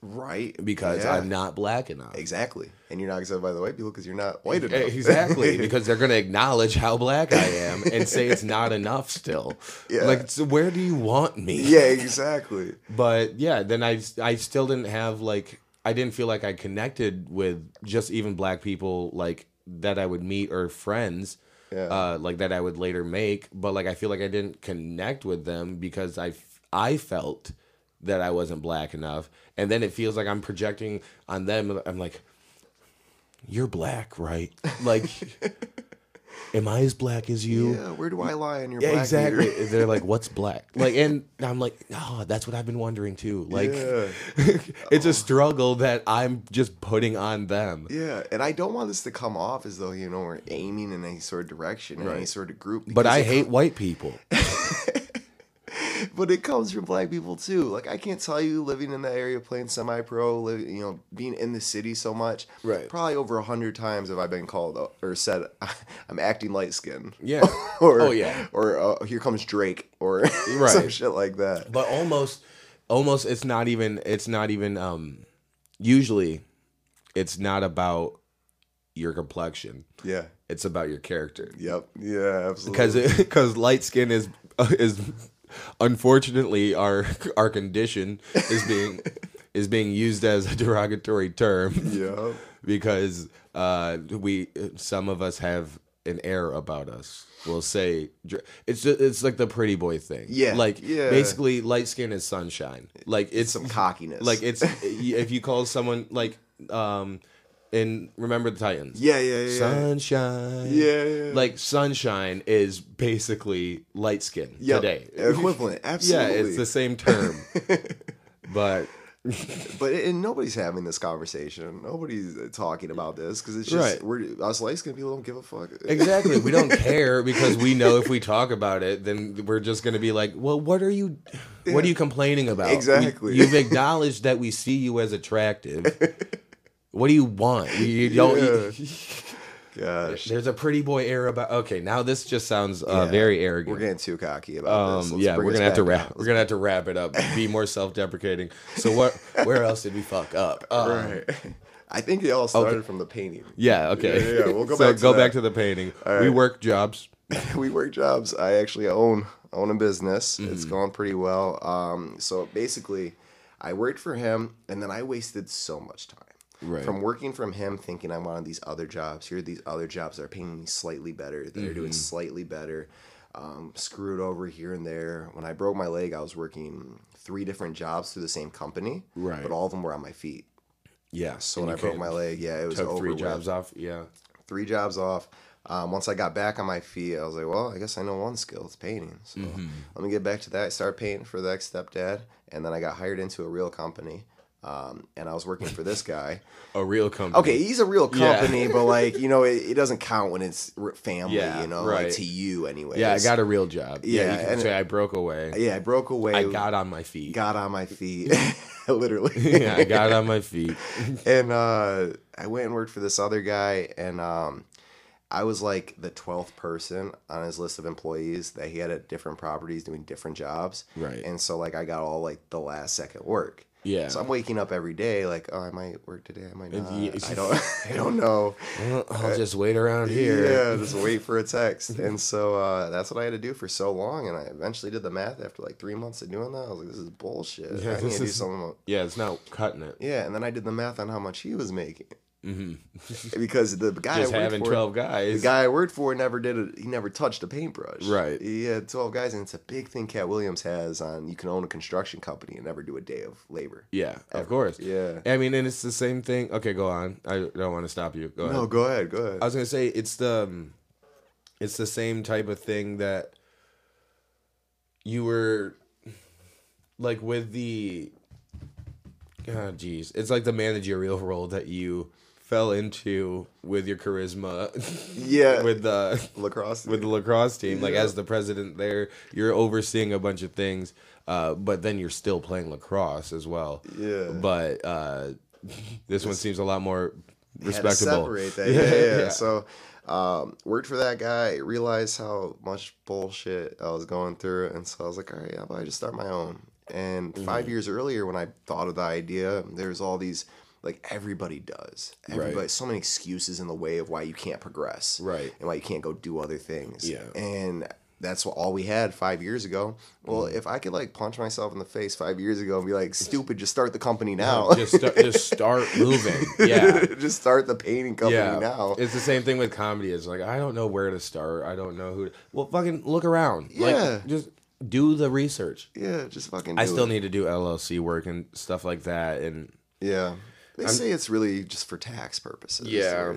S2: Right.
S1: because
S2: Yeah.
S1: I'm not black enough.
S2: Exactly. And you're not accepted by the white people because you're not white enough.
S1: Eh, Exactly, because they're going to acknowledge how black I am and say it's not enough still.
S2: Yeah.
S1: Like, so where do you want me?
S2: yeah, exactly.
S1: But yeah, then I, I still didn't have, like, I didn't feel like I connected with just even black people, like, that I would meet or friends,
S2: Yeah.
S1: uh, like, that I would later make. But, like, I feel like I didn't connect with them because I, f- I felt that I wasn't black enough. And then it feels like I'm projecting on them. I'm like, you're black, right? Like, am I as black as you?
S2: yeah, where do I lie on your
S1: Yeah,
S2: black
S1: exactly.
S2: meter?
S1: They're like, what's black? Like, and I'm like, oh, that's what I've been wondering too. Like,
S2: Yeah.
S1: it's a struggle that I'm just putting on them.
S2: Yeah, and I don't want this to come off as though you know we're aiming in any sort of direction in any
S1: Right.
S2: sort of group.
S1: But
S2: because
S1: I
S2: it
S1: hate white people.
S2: but it comes from black people too. Like I can't tell you living in the area, playing semi-pro, li- you know, being in the city so much.
S1: Right.
S2: Probably over a hundred times have I been called uh, or said I'm acting light skinned.
S1: Yeah.
S2: or
S1: Oh, yeah.
S2: Or uh, here comes Drake or some
S1: Right.
S2: shit like that.
S1: but almost almost it's not even it's not even um usually it's not about your complexion
S2: Yeah.
S1: it's about your character
S2: Yep. Yeah. Absolutely.
S1: because because light skin is uh, is unfortunately our our condition is being is being used as a derogatory term
S2: yeah.
S1: because uh we some of us have an air about us we'll say dr- it's just, it's like the pretty boy thing
S2: Yeah,
S1: like
S2: yeah.
S1: basically light skin is sunshine like it's
S2: Some cockiness.
S1: like it's if you call someone like um in remember the titans
S2: Yeah. Yeah. Yeah. yeah.
S1: sunshine
S2: Yeah, yeah, yeah.
S1: like sunshine is basically light skin
S2: Yep.
S1: today
S2: Equivalent.
S1: yeah
S2: Absolutely.
S1: it's the same term but
S2: But and nobody's having this conversation. Nobody's uh, talking about this because it's just
S1: Right.
S2: we're us light skinned people don't give a fuck.
S1: exactly we don't care because we know if we talk about it then we're just going to be like well what are you what are you complaining about We-
S2: Exactly.
S1: you've acknowledged that we see you as attractive what do you want you, you don't
S2: Yeah. Gosh,
S1: There's a pretty boy air about. Okay, now this just sounds uh,
S2: Yeah.
S1: very
S2: we're
S1: arrogant.
S2: getting too cocky about this.
S1: um,
S2: Let's
S1: yeah,
S2: bring
S1: we're
S2: us
S1: gonna have to
S2: back
S1: wrap.
S2: down.
S1: We're gonna have to wrap it up. Be more self-deprecating. So what? Where else did we fuck up? Um,
S2: I think it all started from the painting.
S1: Yeah. Okay.
S2: Yeah, yeah, yeah, we'll go
S1: so
S2: back to
S1: go
S2: that.
S1: back to the painting. We work jobs.
S2: we work jobs. I actually own own a business.
S1: Mm-hmm.
S2: It's going pretty well. Um, so basically, I worked for him, and then I wasted so much time.
S1: Right.
S2: From working from him, thinking I wanted these other jobs. Here are these other jobs that are paying me slightly better. That are
S1: Mm-hmm.
S2: doing slightly better. Um, screwed over here and there. When I broke my leg, I was working three different jobs through the same company.
S1: Right.
S2: But all of them were on my feet.
S1: Yeah.
S2: So when I broke my leg, yeah, it was
S1: took
S2: over
S1: three
S2: with
S1: jobs off. Yeah.
S2: three jobs off. Um, once I got back on my feet, I was like, well, I guess I know one skill. It's painting. So
S1: Mm-hmm.
S2: let me get back to that. I started painting for the ex stepdad, and then I got hired into a real company. Um, and I was working for this guy.
S1: A real company.
S2: Okay, he's a real
S1: Yeah.
S2: company, but like you know, it, it doesn't count when it's r- family.
S1: Yeah,
S2: you know,
S1: right.
S2: like to you anyway.
S1: Yeah, I got a real job. Yeah.
S2: Yeah,
S1: you can
S2: and-
S1: say I broke away.
S2: Yeah, I broke away.
S1: I got on my feet.
S2: got on my feet, literally.
S1: yeah, I got on my feet.
S2: and uh, I went and worked for this other guy, and um, I was like the twelfth person on his list of employees that he had at different properties doing different jobs.
S1: Right.
S2: And so like I got all like the last second work.
S1: Yeah.
S2: So I'm waking up every day like, oh, I might work today, I might not.
S1: yeah.
S2: I don't, I don't know.
S1: Well, I'll just wait around here.
S2: Yeah, just wait for a text. And so uh, that's what I had to do for so long. And I eventually did the math after like three months of doing that. I was like, this is bullshit.
S1: Yeah,
S2: I need
S1: this
S2: to do
S1: is-
S2: something
S1: Yeah, it's not cutting it.
S2: yeah, and then I did the math on how much he was making. Mm-hmm. because the guy
S1: Just
S2: I worked
S1: having
S2: for,
S1: twelve
S2: the
S1: guys.
S2: guy I worked for never did it. He never touched a paintbrush.
S1: Right.
S2: He had twelve guys, and it's a big thing Cat Williams has on you can own a construction company and never do a day of labor.
S1: Yeah, of course.
S2: Yeah.
S1: I mean, and it's the same thing. Okay, go on. I don't want to stop you. Go
S2: No,
S1: ahead.
S2: go ahead, go ahead.
S1: I was gonna say it's the, um, it's the same type of thing that you were, like with the, God, jeez, it's like the managerial role that you fell into with your charisma,
S2: yeah,
S1: with the
S2: lacrosse.
S1: with the lacrosse team. Like as the president there, you're overseeing a bunch of things, uh, but then you're still playing lacrosse as well.
S2: Yeah.
S1: But uh, this one seems a lot more
S2: had to
S1: respectable.
S2: separate that. Yeah, yeah. yeah. So um, worked for that guy, realized how much bullshit I was going through, and so I was like, all right, how about I just start my own? And
S1: Mm-hmm.
S2: five years earlier, when I thought of the idea, there's all these like everybody does. Everybody, so many excuses in the way of why you can't progress,
S1: Right.
S2: And why you can't go do other things.
S1: Yeah.
S2: and that's what, all we had five years ago. Well,
S1: Mm-hmm.
S2: if I could like punch myself in the face five years ago and be like, "Stupid, just start the company now."
S1: Just start, just start moving. Yeah.
S2: just start the painting company
S1: Yeah.
S2: now.
S1: It's the same thing with comedy. It's like I don't know where to start. I don't know who. To... Well, fucking look around.
S2: Yeah.
S1: Like, just do the research.
S2: yeah, just fucking.
S1: I
S2: do
S1: still
S2: it.
S1: need to do LLC work and stuff like that. And
S2: Yeah, they say it's really just for tax purposes.
S1: Yeah.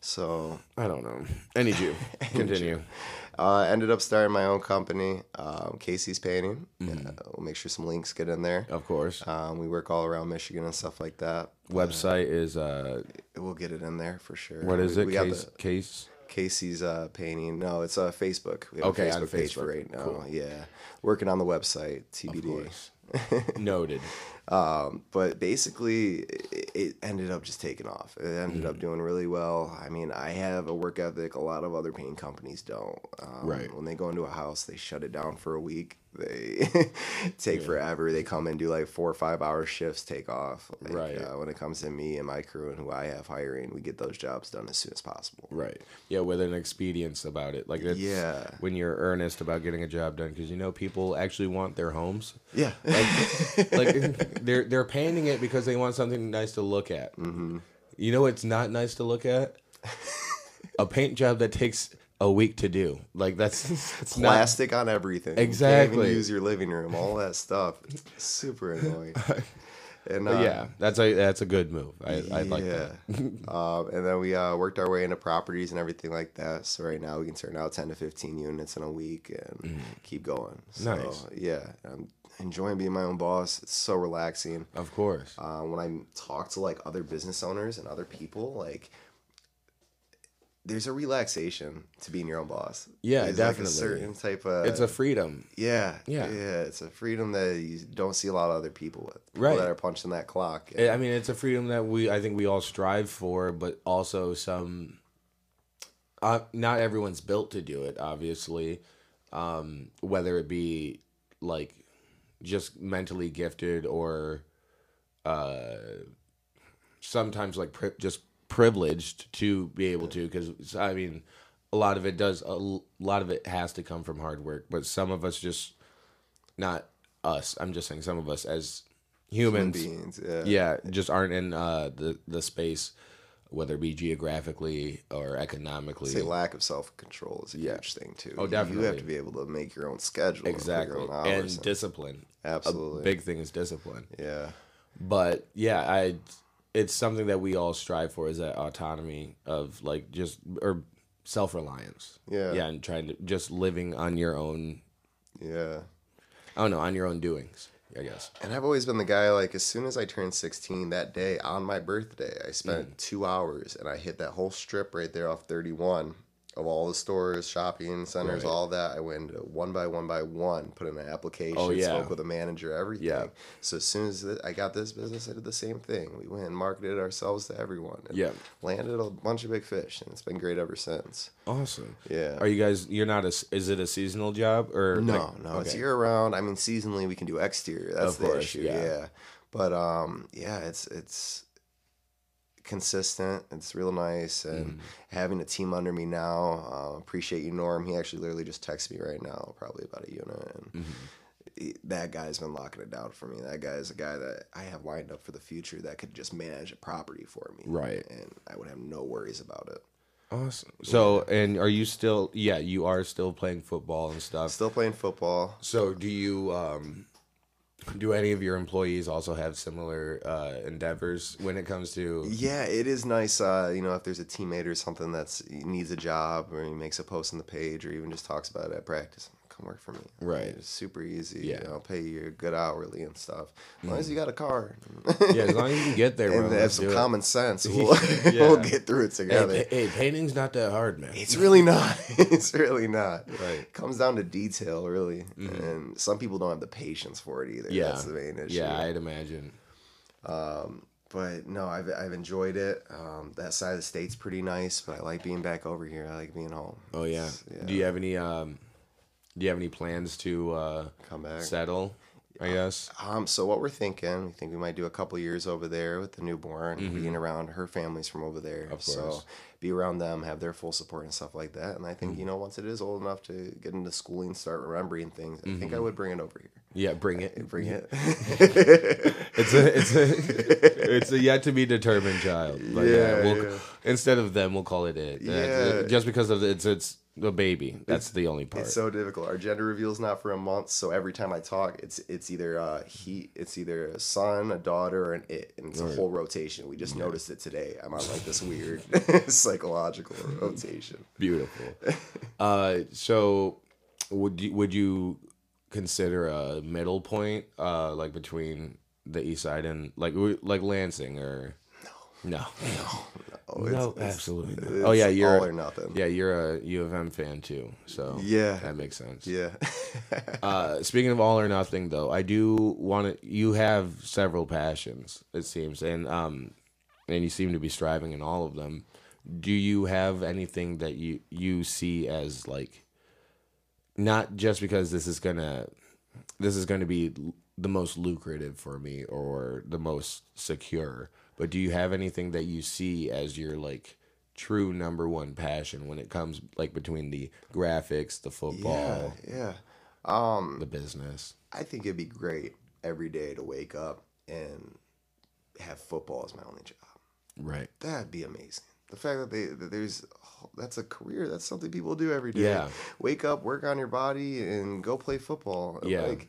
S2: So
S1: I don't know. Any Jew. Continue.
S2: Uh, ended up starting my own company, um, Casey's Painting.
S1: Mm-hmm.
S2: Uh, we'll make sure some links get in there.
S1: Of course.
S2: Um, we work all around Michigan and stuff like that.
S1: Website is uh,
S2: We'll get it in there for sure.
S1: what is
S2: we,
S1: it?
S2: We got
S1: Case
S2: the
S1: case.
S2: Casey's uh, Painting. No, it's uh, Facebook. We have
S1: Okay,
S2: a
S1: on
S2: Facebook, page for
S1: Facebook.
S2: right now. Yeah, working on the website, TBD.
S1: Noted.
S2: but basically it it ended up just taking off it ended
S1: Hmm.
S2: up doing really well i mean i have a work ethic a lot of other paint companies don't um,
S1: Right.
S2: when they go into a house they shut it down for a week they take forever they come and do like four or five hour shifts take off Like,
S1: Right.
S2: uh, when it comes to me and my crew and who i have hiring we get those jobs done as soon as possible
S1: Right. Yeah, with an expedience about it. Like that's
S2: Yeah.
S1: when you're earnest about getting a job done because you know people actually want their homes.
S2: yeah
S1: Like, like they're they're painting it because they want something nice to look at. Mm-hmm. You know what's not nice to look at? a paint job that takes a week to do. Like that's it's not
S2: plastic on everything. You can't even
S1: Exactly.
S2: use your living room, all that stuff. It's super annoying. And uh,
S1: yeah, that's a that's a good move. I, I like that.
S2: um, and then we uh, worked our way into properties and everything like that. So right now we can turn out ten to fifteen units in a week and keep going. So,
S1: Mm. Nice.
S2: Yeah, I'm enjoying being my own boss. It's so relaxing.
S1: Of course.
S2: Uh, when I talk to like other business owners and other people, like there's a relaxation to being your own boss.
S1: Yeah,
S2: there's,
S1: definitely.
S2: Like a certain type of
S1: it's a freedom.
S2: yeah,
S1: Yeah.
S2: yeah. It's a freedom that you don't see a lot of other people with. People
S1: Right.
S2: that are punching that clock.
S1: I I mean, it's a freedom that we, I think, we all strive for, but also some. Uh, not everyone's built to do it, obviously. Um, whether it be like just mentally gifted or uh, sometimes like pri- just privileged to be able to, because I mean, a lot of it does, a l- lot of it has to come from hard work, but some of us just, not us, I'm just saying some of us as
S2: Human
S1: humans
S2: beings. Yeah.
S1: yeah just aren't in uh the the space whether it be geographically or economically
S2: Say lack of self control is a
S1: Yeah.
S2: huge thing too.
S1: Oh,
S2: You
S1: definitely.
S2: have to be able to make your own schedule, and put
S1: exactly
S2: your own hours
S1: and
S2: in.
S1: discipline
S2: absolutely,
S1: big thing is discipline
S2: yeah,
S1: but yeah i it's something that we all strive for is that autonomy of like just or self-reliance
S2: Yeah.
S1: yeah and trying to just living on your own
S2: yeah.
S1: i don't know on your own doings i guess
S2: And I've always been the guy like as soon as I turned 16 that day on my birthday, I spent
S1: Mm.
S2: 2 hours and I hit that whole strip right there off 31 of all the stores, shopping centers,
S1: Right.
S2: all that. I went one by one by one, put in an application,
S1: Oh, yeah.
S2: spoke with a manager, everything.
S1: Yeah.
S2: So as soon as th- I got this business, I did the same thing. We went and marketed ourselves to everyone. And
S1: Yeah.
S2: Landed a bunch of big fish and it's been great ever since.
S1: awesome
S2: Yeah.
S1: are you guys you're not a s- is it a seasonal job or
S2: No,
S1: like-
S2: no, it's
S1: okay.
S2: year round. I mean, seasonally we can do exterior. That's
S1: Of
S2: the
S1: course,
S2: issue.
S1: yeah.
S2: Yeah. but um, yeah, it's it's consistent. It's real nice, and
S1: Mm.
S2: having a team under me now. Uh, appreciate you, Norm. He actually literally just texted me right now, probably about a unit. And
S1: Mm-hmm.
S2: he- that guy's been locking it down for me. That guy's a guy that I have lined up for the future that could just manage a property for me,
S1: Right.
S2: And I would have no worries about it.
S1: Awesome. So, and are you still? Yeah, you are still playing football and stuff.
S2: Still playing football.
S1: So, do you? um Do any of your employees also have similar uh endeavors when it comes to?
S2: Yeah, it is nice. Uh, you know, if there's a teammate or something that's needs a job, or he makes a post on the page, or even just talks about it at practice, come work for me.
S1: Right.
S2: it's super easy.
S1: Yeah. Mm-hmm.
S2: I'll pay you a good hourly and stuff, as long as you got a car
S1: Yeah, as long as you can get there, bro.
S2: and have
S1: Let's
S2: some
S1: do it.
S2: common sense. We'll, we'll get through it together.
S1: Hey, pa- hey, painting's not that hard, man.
S2: It's really not. it's really not.
S1: Right. Mm-hmm.
S2: comes down to detail, really, and some people don't have the patience for it either.
S1: yeah,
S2: that's the main issue.
S1: yeah, I'd imagine.
S2: but no, I've I've enjoyed it. Um, that side of the state's pretty nice, but I like being back over here. I like being home.
S1: Oh yeah.
S2: It's- yeah.
S1: Do you have any? um Do you have any plans to uh
S2: Come back.
S1: settle? I guess.
S2: Um, so what we're thinking, we think we might do a couple years over there with the newborn, being around her family's from over there.
S1: Mm-hmm. Of
S2: So
S1: course. Mm-hmm.
S2: be around them, have their full support and stuff like that. And I think, you know, once it is old enough to get into schooling, start remembering things, I think I would bring it over here.
S1: Mm-hmm. Yeah, bring it.
S2: Bring it.
S1: It's a it's a it's a yet to be determined child. Like, yeah,
S2: Yeah,
S1: we'll,
S2: yeah.
S1: Instead of them, we'll call it it. That's-
S2: Yeah.
S1: Just because of the, it's it's the baby. That's the only part.
S2: It's so difficult. Our gender reveal's not for a month, so every time I talk, it's it's either uh, he, it's either a son, a daughter, and it, and it's a whole rotation. We just noticed it today. I'm on like this weird psychological rotation.
S1: Beautiful. uh, so would you would you consider a middle point uh like between the east side and like w- like Lansing or no
S2: Oh,
S1: no
S2: it's-
S1: no
S2: it's-
S1: absolutely not.
S2: it's
S1: oh yeah you're
S2: all or nothing.
S1: yeah you're a U of M fan too so
S2: Yeah.
S1: that makes sense
S2: yeah.
S1: uh, speaking of all or nothing, though, I do want to. You have several passions, it seems, and um, and you seem to be striving in all of them. Do you have anything that you you see as like, not just because this is gonna, this is gonna be l- the most lucrative for me or the most secure, but do you have anything that you see as your like true number one passion when it comes like between the graphics, the
S2: yeah,
S1: football,
S2: yeah. Um,
S1: the business?
S2: I think it'd be great every day to wake up and have football as my only job.
S1: Right.
S2: That'd be amazing. The fact that they that there's that's a career. That's something people do every day.
S1: Yeah.
S2: Wake up, work on your body, and go play football.
S1: Yeah.
S2: Like,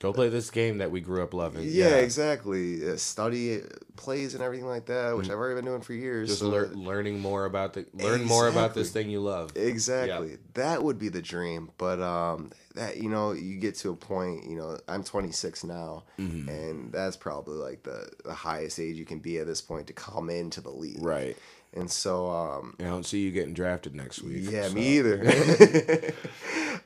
S1: Go play this game that we grew up loving.
S2: yeah, exactly. Uh, study uh, plays and everything like that, which I've already been doing for years.
S1: Mm-hmm. Just
S2: so
S1: lear-
S2: that-
S1: learning more about the learn more about this
S2: Exactly.
S1: thing you love.
S2: Exactly. That would be the dream. But um that you know, you get to a point, you know, I'm 26 now
S1: Mm-hmm.
S2: and that's probably like the, the highest age you can be at this point to come into the league.
S1: Right.
S2: And so um
S1: And I don't see you getting drafted next week.
S2: Yeah,
S1: so-
S2: me either.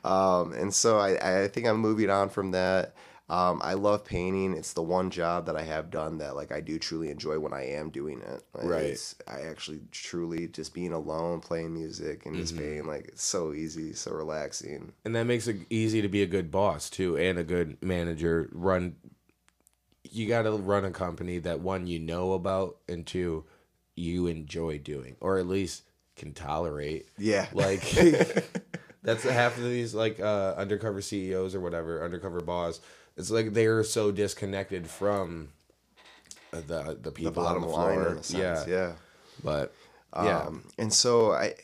S2: um, and so I, I think I'm moving on from that. Um, I love painting. It's the one job that I have done that like I do truly enjoy when I am doing it. Like,
S1: Right.
S2: It's, I actually truly just being alone, playing music, and
S1: Mm-hmm.
S2: just painting. Like it's so easy, so relaxing.
S1: And that makes it easy to be a good boss too, and a good manager. Run. You got to run a company that one you know about, and two, you enjoy doing, or at least can tolerate.
S2: Yeah.
S1: Like that's half of these like uh undercover CEOs or whatever, undercover boss. It's like they're so disconnected from uh, the the people
S2: the bottom
S1: on the
S2: line,
S1: floor.
S2: in a sense.
S1: yeah.
S2: Yeah.
S1: But yeah.
S2: Um, and so I,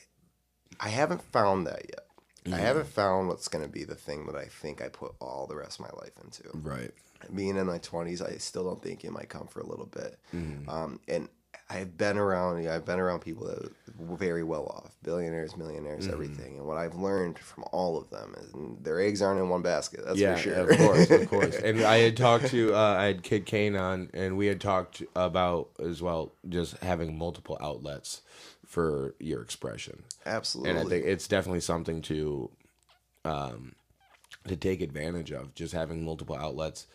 S2: I haven't found that yet.
S1: Mm-hmm.
S2: I haven't found what's going to be the thing that I think I put all the rest of my life into.
S1: right.
S2: being in my 20s i still don't think it might come for a little bit
S1: Mm.
S2: um, and i've been around you know, i've been around people that were very well off billionaires millionaires
S1: Mm-hmm.
S2: everything and what i've learned from all of them is mm, their eggs aren't in one basket that's
S1: yeah,
S2: for sure
S1: of course, of course. And I had talked to uh, I had Kid Kane on, and we had talked about as well just having multiple outlets for your expression.
S2: absolutely
S1: and I think it's definitely something to um to take advantage of just having multiple outlets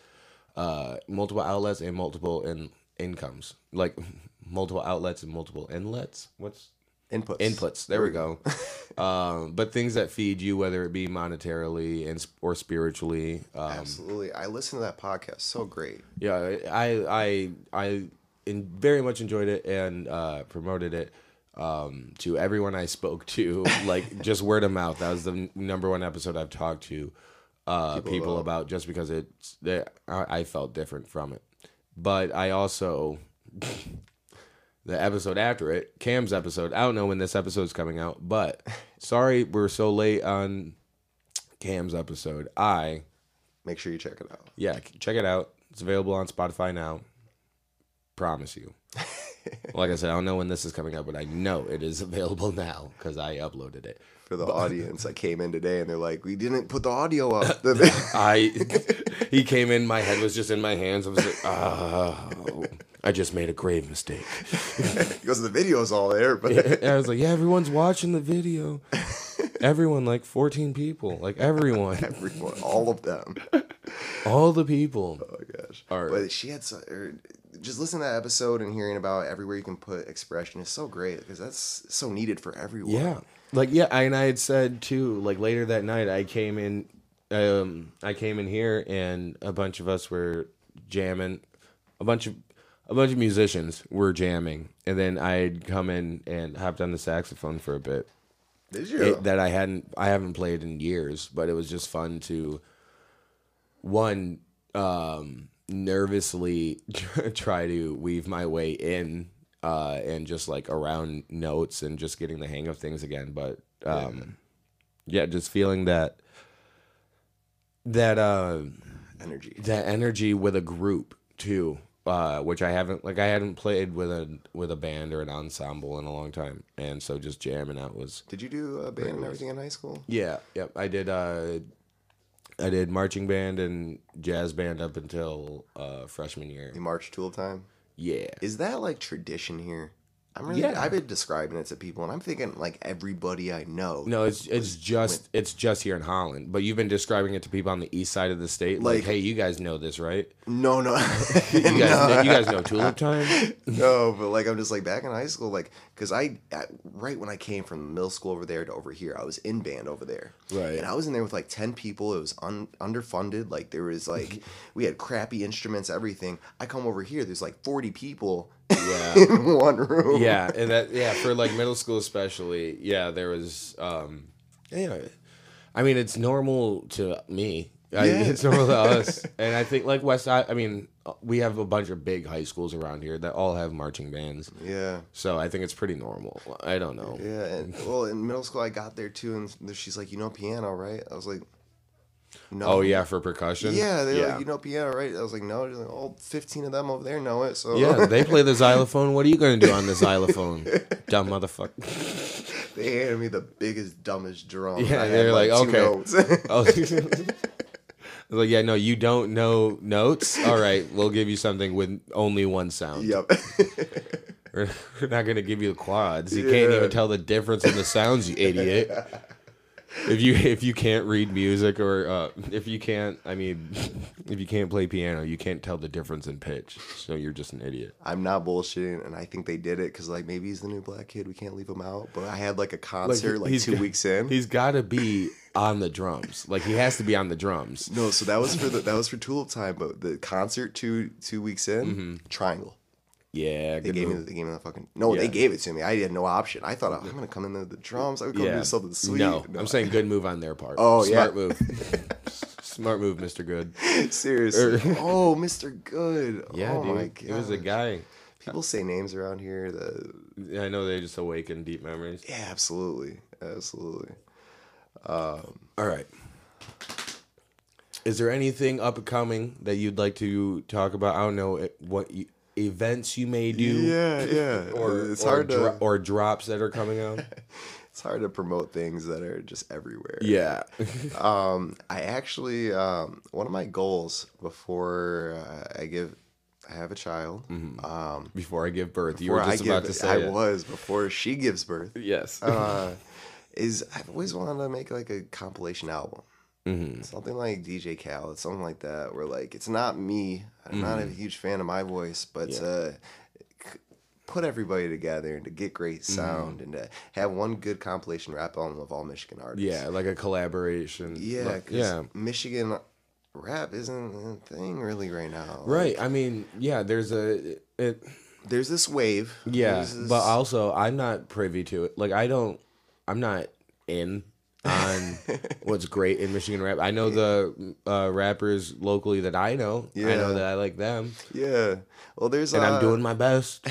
S1: uh multiple outlets and multiple in incomes like multiple outlets and multiple inlets what's
S2: inputs
S1: inputs there we go um but things that feed you whether it be monetarily and sp- or spiritually um
S2: absolutely i listened to that podcast so great
S1: yeah i i i in, very much enjoyed it and uh promoted it um to everyone i spoke to like just word of mouth that was the n- number one episode i've talked to uh people, about just because it's that I, I felt different from it but i also the episode after it cam's episode i don't know when this episode's coming out but sorry we're so late on cam's episode i
S2: make sure you check it out
S1: yeah, c- check it out. It's available on Spotify now. Promise you. like I said, I don't know when this is coming out, but I know it is available now because I uploaded it.
S2: for the audience i came in today and they're like we didn't put the audio up
S1: I he came in, my head was just in my hands. I was like, oh, I just made a grave mistake.
S2: because the video's all there but
S1: And I was like, yeah, everyone's watching the video. Everyone, like 14 people, like everyone,
S2: everyone all of them
S1: all the people.
S2: Oh gosh.
S1: Or-
S2: But she had so, or just listen to that episode and hearing about everywhere you can put expression is so great because that's so needed for everyone.
S1: Yeah. Like yeah, I, and I had said too. Like later that night, I came in um, I came in here and a bunch of us were jamming, a bunch of a bunch of musicians were jamming, and then I'd come in and hopped on the saxophone for a bit
S2: Did you?
S1: it- that I hadn't I haven't played in years, but it was just fun to one um nervously try to weave my way in uh and just like around notes and just getting the hang of things again, but um yeah, just feeling that that uh
S2: Energy.
S1: that energy with a group too uh which i haven't like i hadn't played with a with a band or an ensemble in a long time and so just jamming out was
S2: Did you do a band and everything in high school?
S1: yeah, yep. I did. Uh, I did marching band and jazz band up until uh, freshman year.
S2: You march tool time.
S1: Yeah,
S2: Is that like tradition here? I'm really.
S1: Yeah.
S2: I've been describing it to people, and I'm thinking like everybody I know.
S1: no, it's it's just it's just here in Holland. But you've been describing it to people on the east side of the state, like,
S2: Like-
S1: "Hey, you guys know this, right?
S2: no, no.
S1: You guys, know, you guys know Tulip Time."
S2: no, but like I'm just like back in high school, like because I at, right when I came from middle school over there to over here, I was in band over there,
S1: Right.
S2: And I was in there with like ten people. It was un- underfunded. Like there was
S1: Mm-hmm.
S2: like we had crappy instruments, everything. I come over here, there's like forty people
S1: Yeah,
S2: in one room.
S1: yeah, and that yeah for like middle school especially. Yeah, there was um, yeah. I mean, it's normal to me. I,
S2: Yeah.
S1: It's normal to us. And I think like West Side. I mean, we have a bunch of big high schools around here that all have marching bands.
S2: yeah.
S1: So I think it's pretty normal. I don't know.
S2: Yeah, and well, in middle school, I got there too, and th- she's like, "You know piano, right?" I was like, "No."
S1: Oh yeah, for percussion.
S2: Yeah, they're
S1: yeah.
S2: like, "You know piano, right?" I was like, "No." She's like, "All 15 of them over there know it." So
S1: yeah, they play the xylophone. What are you going to do on the xylophone, dumb motherfucker?
S2: They handed me the biggest, dumbest drum. and
S1: Yeah,
S2: I
S1: they're
S2: had,
S1: like,
S2: two
S1: okay.
S2: notes.
S1: Oh, I was like, yeah, no, you don't know notes. All right, we'll give you something with only one sound.
S2: yep.
S1: We're we're not gonna give you the quads. You can't
S2: Yeah.
S1: even tell the difference in the sounds, you idiot. If you if you can't read music or uh, if you can't, I mean, if you can't play piano, you can't tell the difference in pitch. So you're just an idiot.
S2: I'm not bullshitting, and I think they did it because like maybe he's the new black kid. We can't leave him out. But I had like a concert like,
S1: he's
S2: two
S1: got-
S2: weeks in.
S1: He's got to be on the drums. Like he has to be on the drums.
S2: no, so that was for the that was for Tulip Time, but the concert two two weeks in,
S1: Mm-hmm.
S2: Triangle.
S1: Yeah,
S2: They
S1: good
S2: gave me
S1: move.
S2: the, they gave me the fucking no. They
S1: Yeah.
S2: gave it to me. I had no option. I thought "Oh, I'm gonna come in there with the drums. I would come
S1: yeah.
S2: do something sweet.
S1: No, I'm saying good move on their part.
S2: Oh, yeah.
S1: smart move. smart move, Mr. Good.
S2: seriously. oh, Mr. Good.
S1: Er. Yeah,
S2: oh
S1: dude.
S2: my
S1: It was a guy.
S2: God. People say names around here. That
S1: I know they just awaken deep memories.
S2: yeah, absolutely, absolutely.
S1: All right. Is there anything up and coming that you'd like to talk about? I don't know eh, what you, events you may do,
S2: Yeah, yeah.
S1: or
S2: it's
S1: or
S2: hard to
S1: dro- or drops that are coming out.
S2: it's hard to promote things that are just everywhere.
S1: yeah,
S2: Um, I actually um, one of my goals before uh, I give I have a child. Um,
S1: before I give birth, you Mm-hmm. were
S2: before I
S1: just about
S2: give-
S1: to say
S2: I
S1: it.
S2: was before she gives birth.
S1: Yes.
S2: uh, is I've always wanted to make like a compilation album.
S1: Mm-hmm.
S2: Something like DJ Khaled, something like that, where like it's not me. I'm not
S1: Mm-hmm.
S2: a huge fan of my voice, but to c- put everybody together and to get great
S1: Mm-hmm.
S2: sound and to have one good compilation rap album of all Michigan artists.
S1: yeah, like a collaboration.
S2: yeah,
S1: Like-
S2: 'cause
S1: yeah.
S2: Michigan rap isn't a thing really right now.
S1: Right. I mean, yeah. There's a it.
S2: There's this wave.
S1: Yeah,
S2: There's this-
S1: but also I'm not privy to it. Like I don't, I'm not in on what's great in Michigan rap. I know the uh, rappers locally that I know. I
S2: Yeah.
S1: know that I like them,
S2: yeah. Well, there's
S1: and
S2: uh,
S1: I'm doing my best.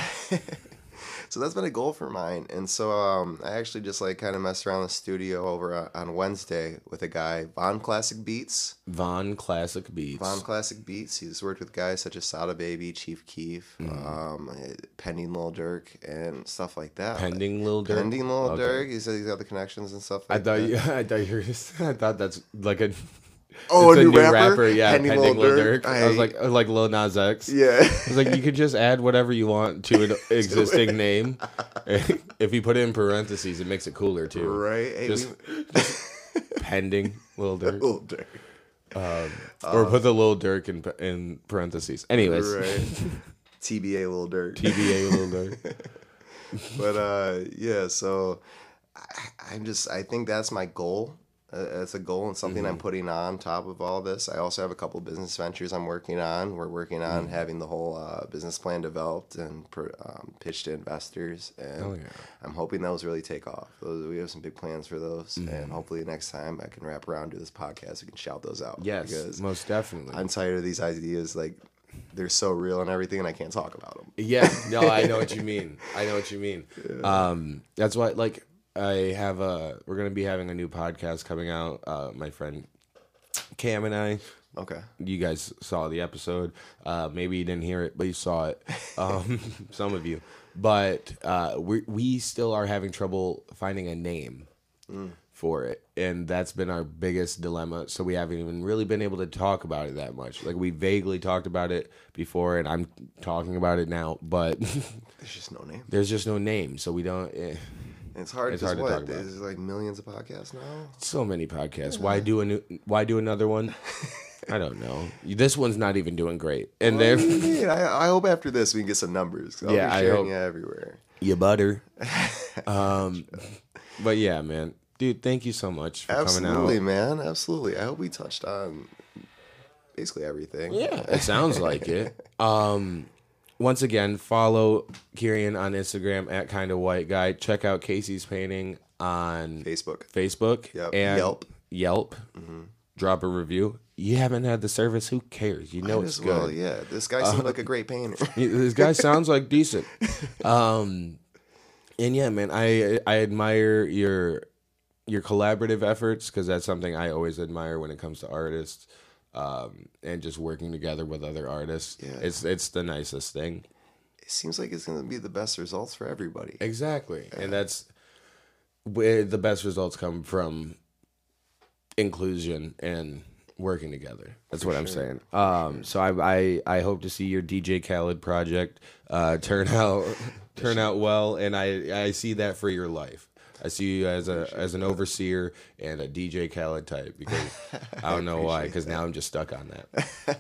S2: so that's been a goal for mine and so um, i actually just like kind of messed around in the studio over on- on wednesday with a guy von classic beats
S1: Von Classic Beats.
S2: von classic beats he's worked with guys such as sada baby chief keef
S1: Mm-hmm.
S2: um, eh, pending lil durk and stuff like that
S1: Pending Lil Durk.
S2: pending lil
S1: Okay.
S2: durk he said he's got the connections and stuff
S1: I
S2: like
S1: thought
S2: that
S1: you. I thought you. Were, I thought that's like a.
S2: Oh,
S1: it's
S2: a new rapper?
S1: Yeah,
S2: Pending
S1: Pending,
S2: Lil
S1: Lil
S2: Durk?
S1: Durk. I was
S2: I-
S1: like, like Lil Nas X.
S2: yeah
S1: It's like you could just add whatever you want to an existing name. if you put it in parentheses, it makes it cooler too.
S2: right hey,
S1: Just-
S2: we-
S1: Pending Lil Durk,
S2: lil durk uh.
S1: or put the Lil Durk in in parentheses. Anyways,
S2: right tba lil durk
S1: TBA Lil Durk.
S2: but uh yeah so I, i'm just i think that's my goal Uh, That's a goal and something I'm putting on top of all this. I also have a couple business ventures I'm working on. We're working on having the whole uh, business plan developed and pr um, pitched to investors, and I'm hoping those really take off. Those, we have some big plans for those, and hopefully next time I can wrap around do this podcast. We can shout those out.
S1: Yes,
S2: because
S1: most definitely.
S2: I'm tired of these ideas. Like they're so real and everything, and I can't talk about them.
S1: Yeah, no, I know what you mean. I know what you mean. Um, that's why, like, I have a. We're gonna be having a new podcast coming out. Uh, my friend Cam and I.
S2: Okay.
S1: You guys saw the episode. Uh, maybe you didn't hear it, but you saw it. Um, some of you, but uh, we we still are having trouble finding a name for it, and that's been our biggest dilemma. So we haven't even really been able to talk about it that much. Like we vaguely talked about it before, and I'm talking about it now, but.
S2: There's just no name.
S1: there's just no name, so we don't. Eh.
S2: And it's hard.
S1: It's
S2: It's
S1: hard
S2: hard
S1: to
S2: what?
S1: talk about.
S2: There's like millions of podcasts now.
S1: So many podcasts. Why do a new, Why do another one? I don't know. This one's not even doing great, and they're
S2: Dude, I, I hope after this we can get some numbers. 'cause I'll
S1: Yeah,
S2: be
S1: I
S2: sharing
S1: hope.
S2: you everywhere.
S1: you butter. Um, but yeah, man, dude, thank you so much for
S2: Absolutely,
S1: coming out.
S2: man. Absolutely. I hope we touched on basically everything.
S1: Yeah, it sounds like it. Um, once again, follow Kieran on Instagram at kind of white guy. Check out Casey's painting on
S2: Facebook.
S1: Facebook
S2: Yep.
S1: and
S2: Yelp. Mm-hmm.
S1: Yelp. Drop a review. You haven't had the service. Who cares? You know it's
S2: As
S1: good. Uh,
S2: well, yeah. This guy seemed like a great painter.
S1: Yeah, this guy sounds like decent. Um, and yeah, man, I I admire your your collaborative efforts because that's something I always admire when it comes to artists, um, and just working together with other artists.
S2: Yeah.
S1: It's it's the nicest thing.
S2: it seems like it's gonna be the best results for everybody.
S1: Exactly, and that's where the best results come from inclusion and working together. That's what I'm saying. Um, so I, I I hope to see your DJ Khaled project uh, turn out turn out well, and I I see that for your life. I see you as a as an overseer and a DJ Khaled type because I don't know why because now I'm just stuck on that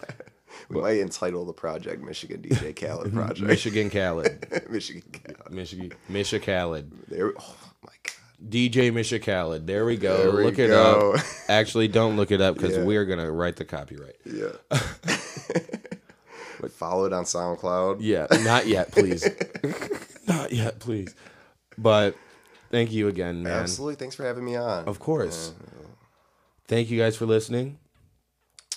S2: We might entitle the project Michigan DJ Khaled Project.
S1: Michigan Khaled,
S2: Michigan Khaled.
S1: Michigan Misha Khaled.
S2: There we- oh my god.
S1: DJ Misha Khaled. There we go.
S2: There we
S1: Oh, look
S2: go.
S1: it up. Actually, don't look it up because
S2: Yeah.
S1: we are gonna write the copyright.
S2: Yeah. Followed on SoundCloud.
S1: Yeah, not yet, please. not yet, please. But thank you again, man.
S2: Absolutely. Uh, Thanks for having me on.
S1: Of course. Thank you guys for listening.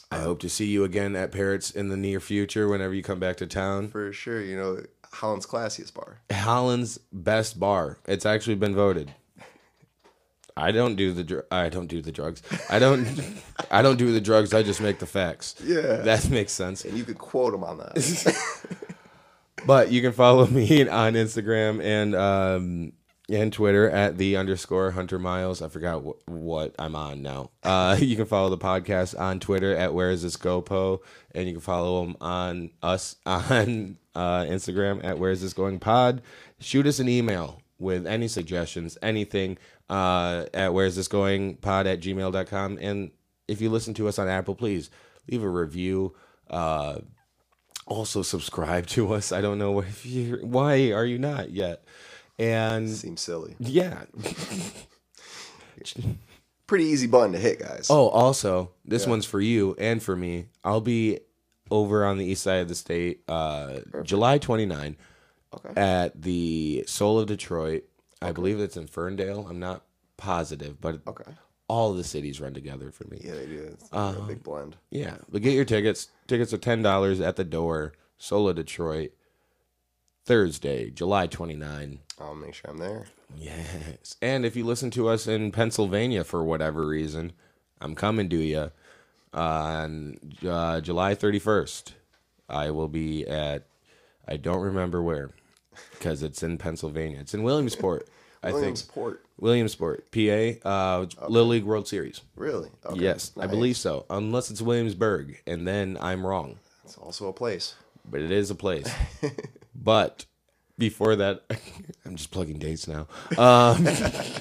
S1: I hope to see you again at Parrots in the near future whenever you come back to town.
S2: For sure. You know, Holland's classiest bar.
S1: Holland's best bar. It's actually been voted. I don't do the dr- I don't do the drugs. I don't I don't do the drugs. I just make the facts.
S2: Yeah.
S1: That makes sense.
S2: And you could quote him on that.
S1: But you can follow me on Instagram and um and Twitter at the underscore Hunter Miles. I forgot wh- what I'm on now. Uh, you can follow the podcast on Twitter at Where Is This GoPo, and you can follow them on us on uh, Instagram at Where Is This Going Pod. Shoot us an email with any suggestions, anything uh, at Where Is This Going Pod at gmail.com. And if you listen to us on Apple, please leave a review. Uh, also subscribe to us. I don't know if you why are you not yet. And
S2: Seems silly.
S1: yeah.
S2: Pretty easy button to hit, guys.
S1: Oh, also, this one's for you and for me. I'll be over on the east side of the state uh July 29
S2: Okay.
S1: at the Soul of Detroit. I believe it's in Ferndale. I'm not positive, but
S2: Okay.
S1: all the cities run together for me.
S2: Yeah, they do. It's
S1: Um,
S2: a big blend.
S1: Yeah, but get your tickets. Tickets are ten dollars at the door. Solo Detroit, Thursday, July 29.
S2: I'll make sure I'm there.
S1: Yes, and if you listen to us in Pennsylvania for whatever reason, I'm coming to you on uh, July 31st. I will be at I don't remember where because it's in Pennsylvania. It's in Williamsport, I think.
S2: Williamsport.
S1: Williamsport, PA, uh, Little League World Series.
S2: Really? Okay.
S1: Yes, I
S2: Nice.
S1: believe so. Unless it's Williamsburg, and then I'm wrong.
S2: It's also a place.
S1: But it is a place. but before that, I'm just plugging dates now. Um,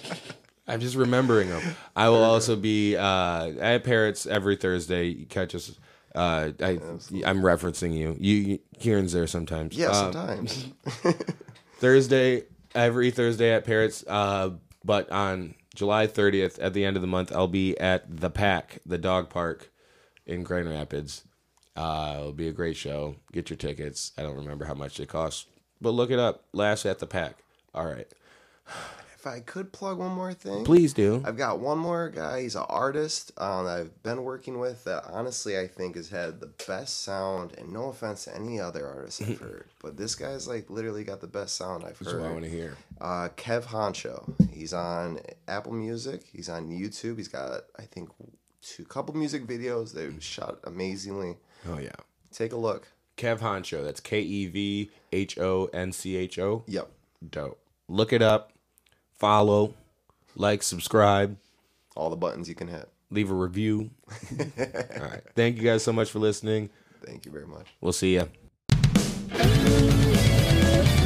S1: I'm just remembering them. I will also be uh, at Parrots every Thursday. You catch us. Uh, I, I'm referencing you. You, Kieran's there sometimes.
S2: Yeah,
S1: Uh,
S2: sometimes.
S1: Thursday, every Thursday at Parrots, uh, but on July 30th, at the end of the month, I'll be at the Pack, the dog park in Grand Rapids. Uh, it'll be a great show. Get your tickets. I don't remember how much they cost, but look it up. Last at the Pack. All right.
S2: If I could plug one more thing,
S1: Please do.
S2: I've got one more guy. He's an artist um, that I've been working with that honestly I think has had the best sound. And no offense to any other artist I've heard, but this guy's like literally got the best sound I've
S1: That's what I
S2: heard.
S1: want to hear.
S2: Uh, Kev Honcho. He's on Apple Music. He's on YouTube. He's got I think two couple music videos. They shot amazingly.
S1: Oh, yeah.
S2: Take a look.
S1: Kev Honcho. That's K E V H O N C H O.
S2: Yep.
S1: Dope. Look it up. Follow. Like, subscribe.
S2: All the buttons you can hit.
S1: Leave a review. All right. Thank you guys so much for listening.
S2: Thank you very much.
S1: We'll see ya.
S3: Thank you.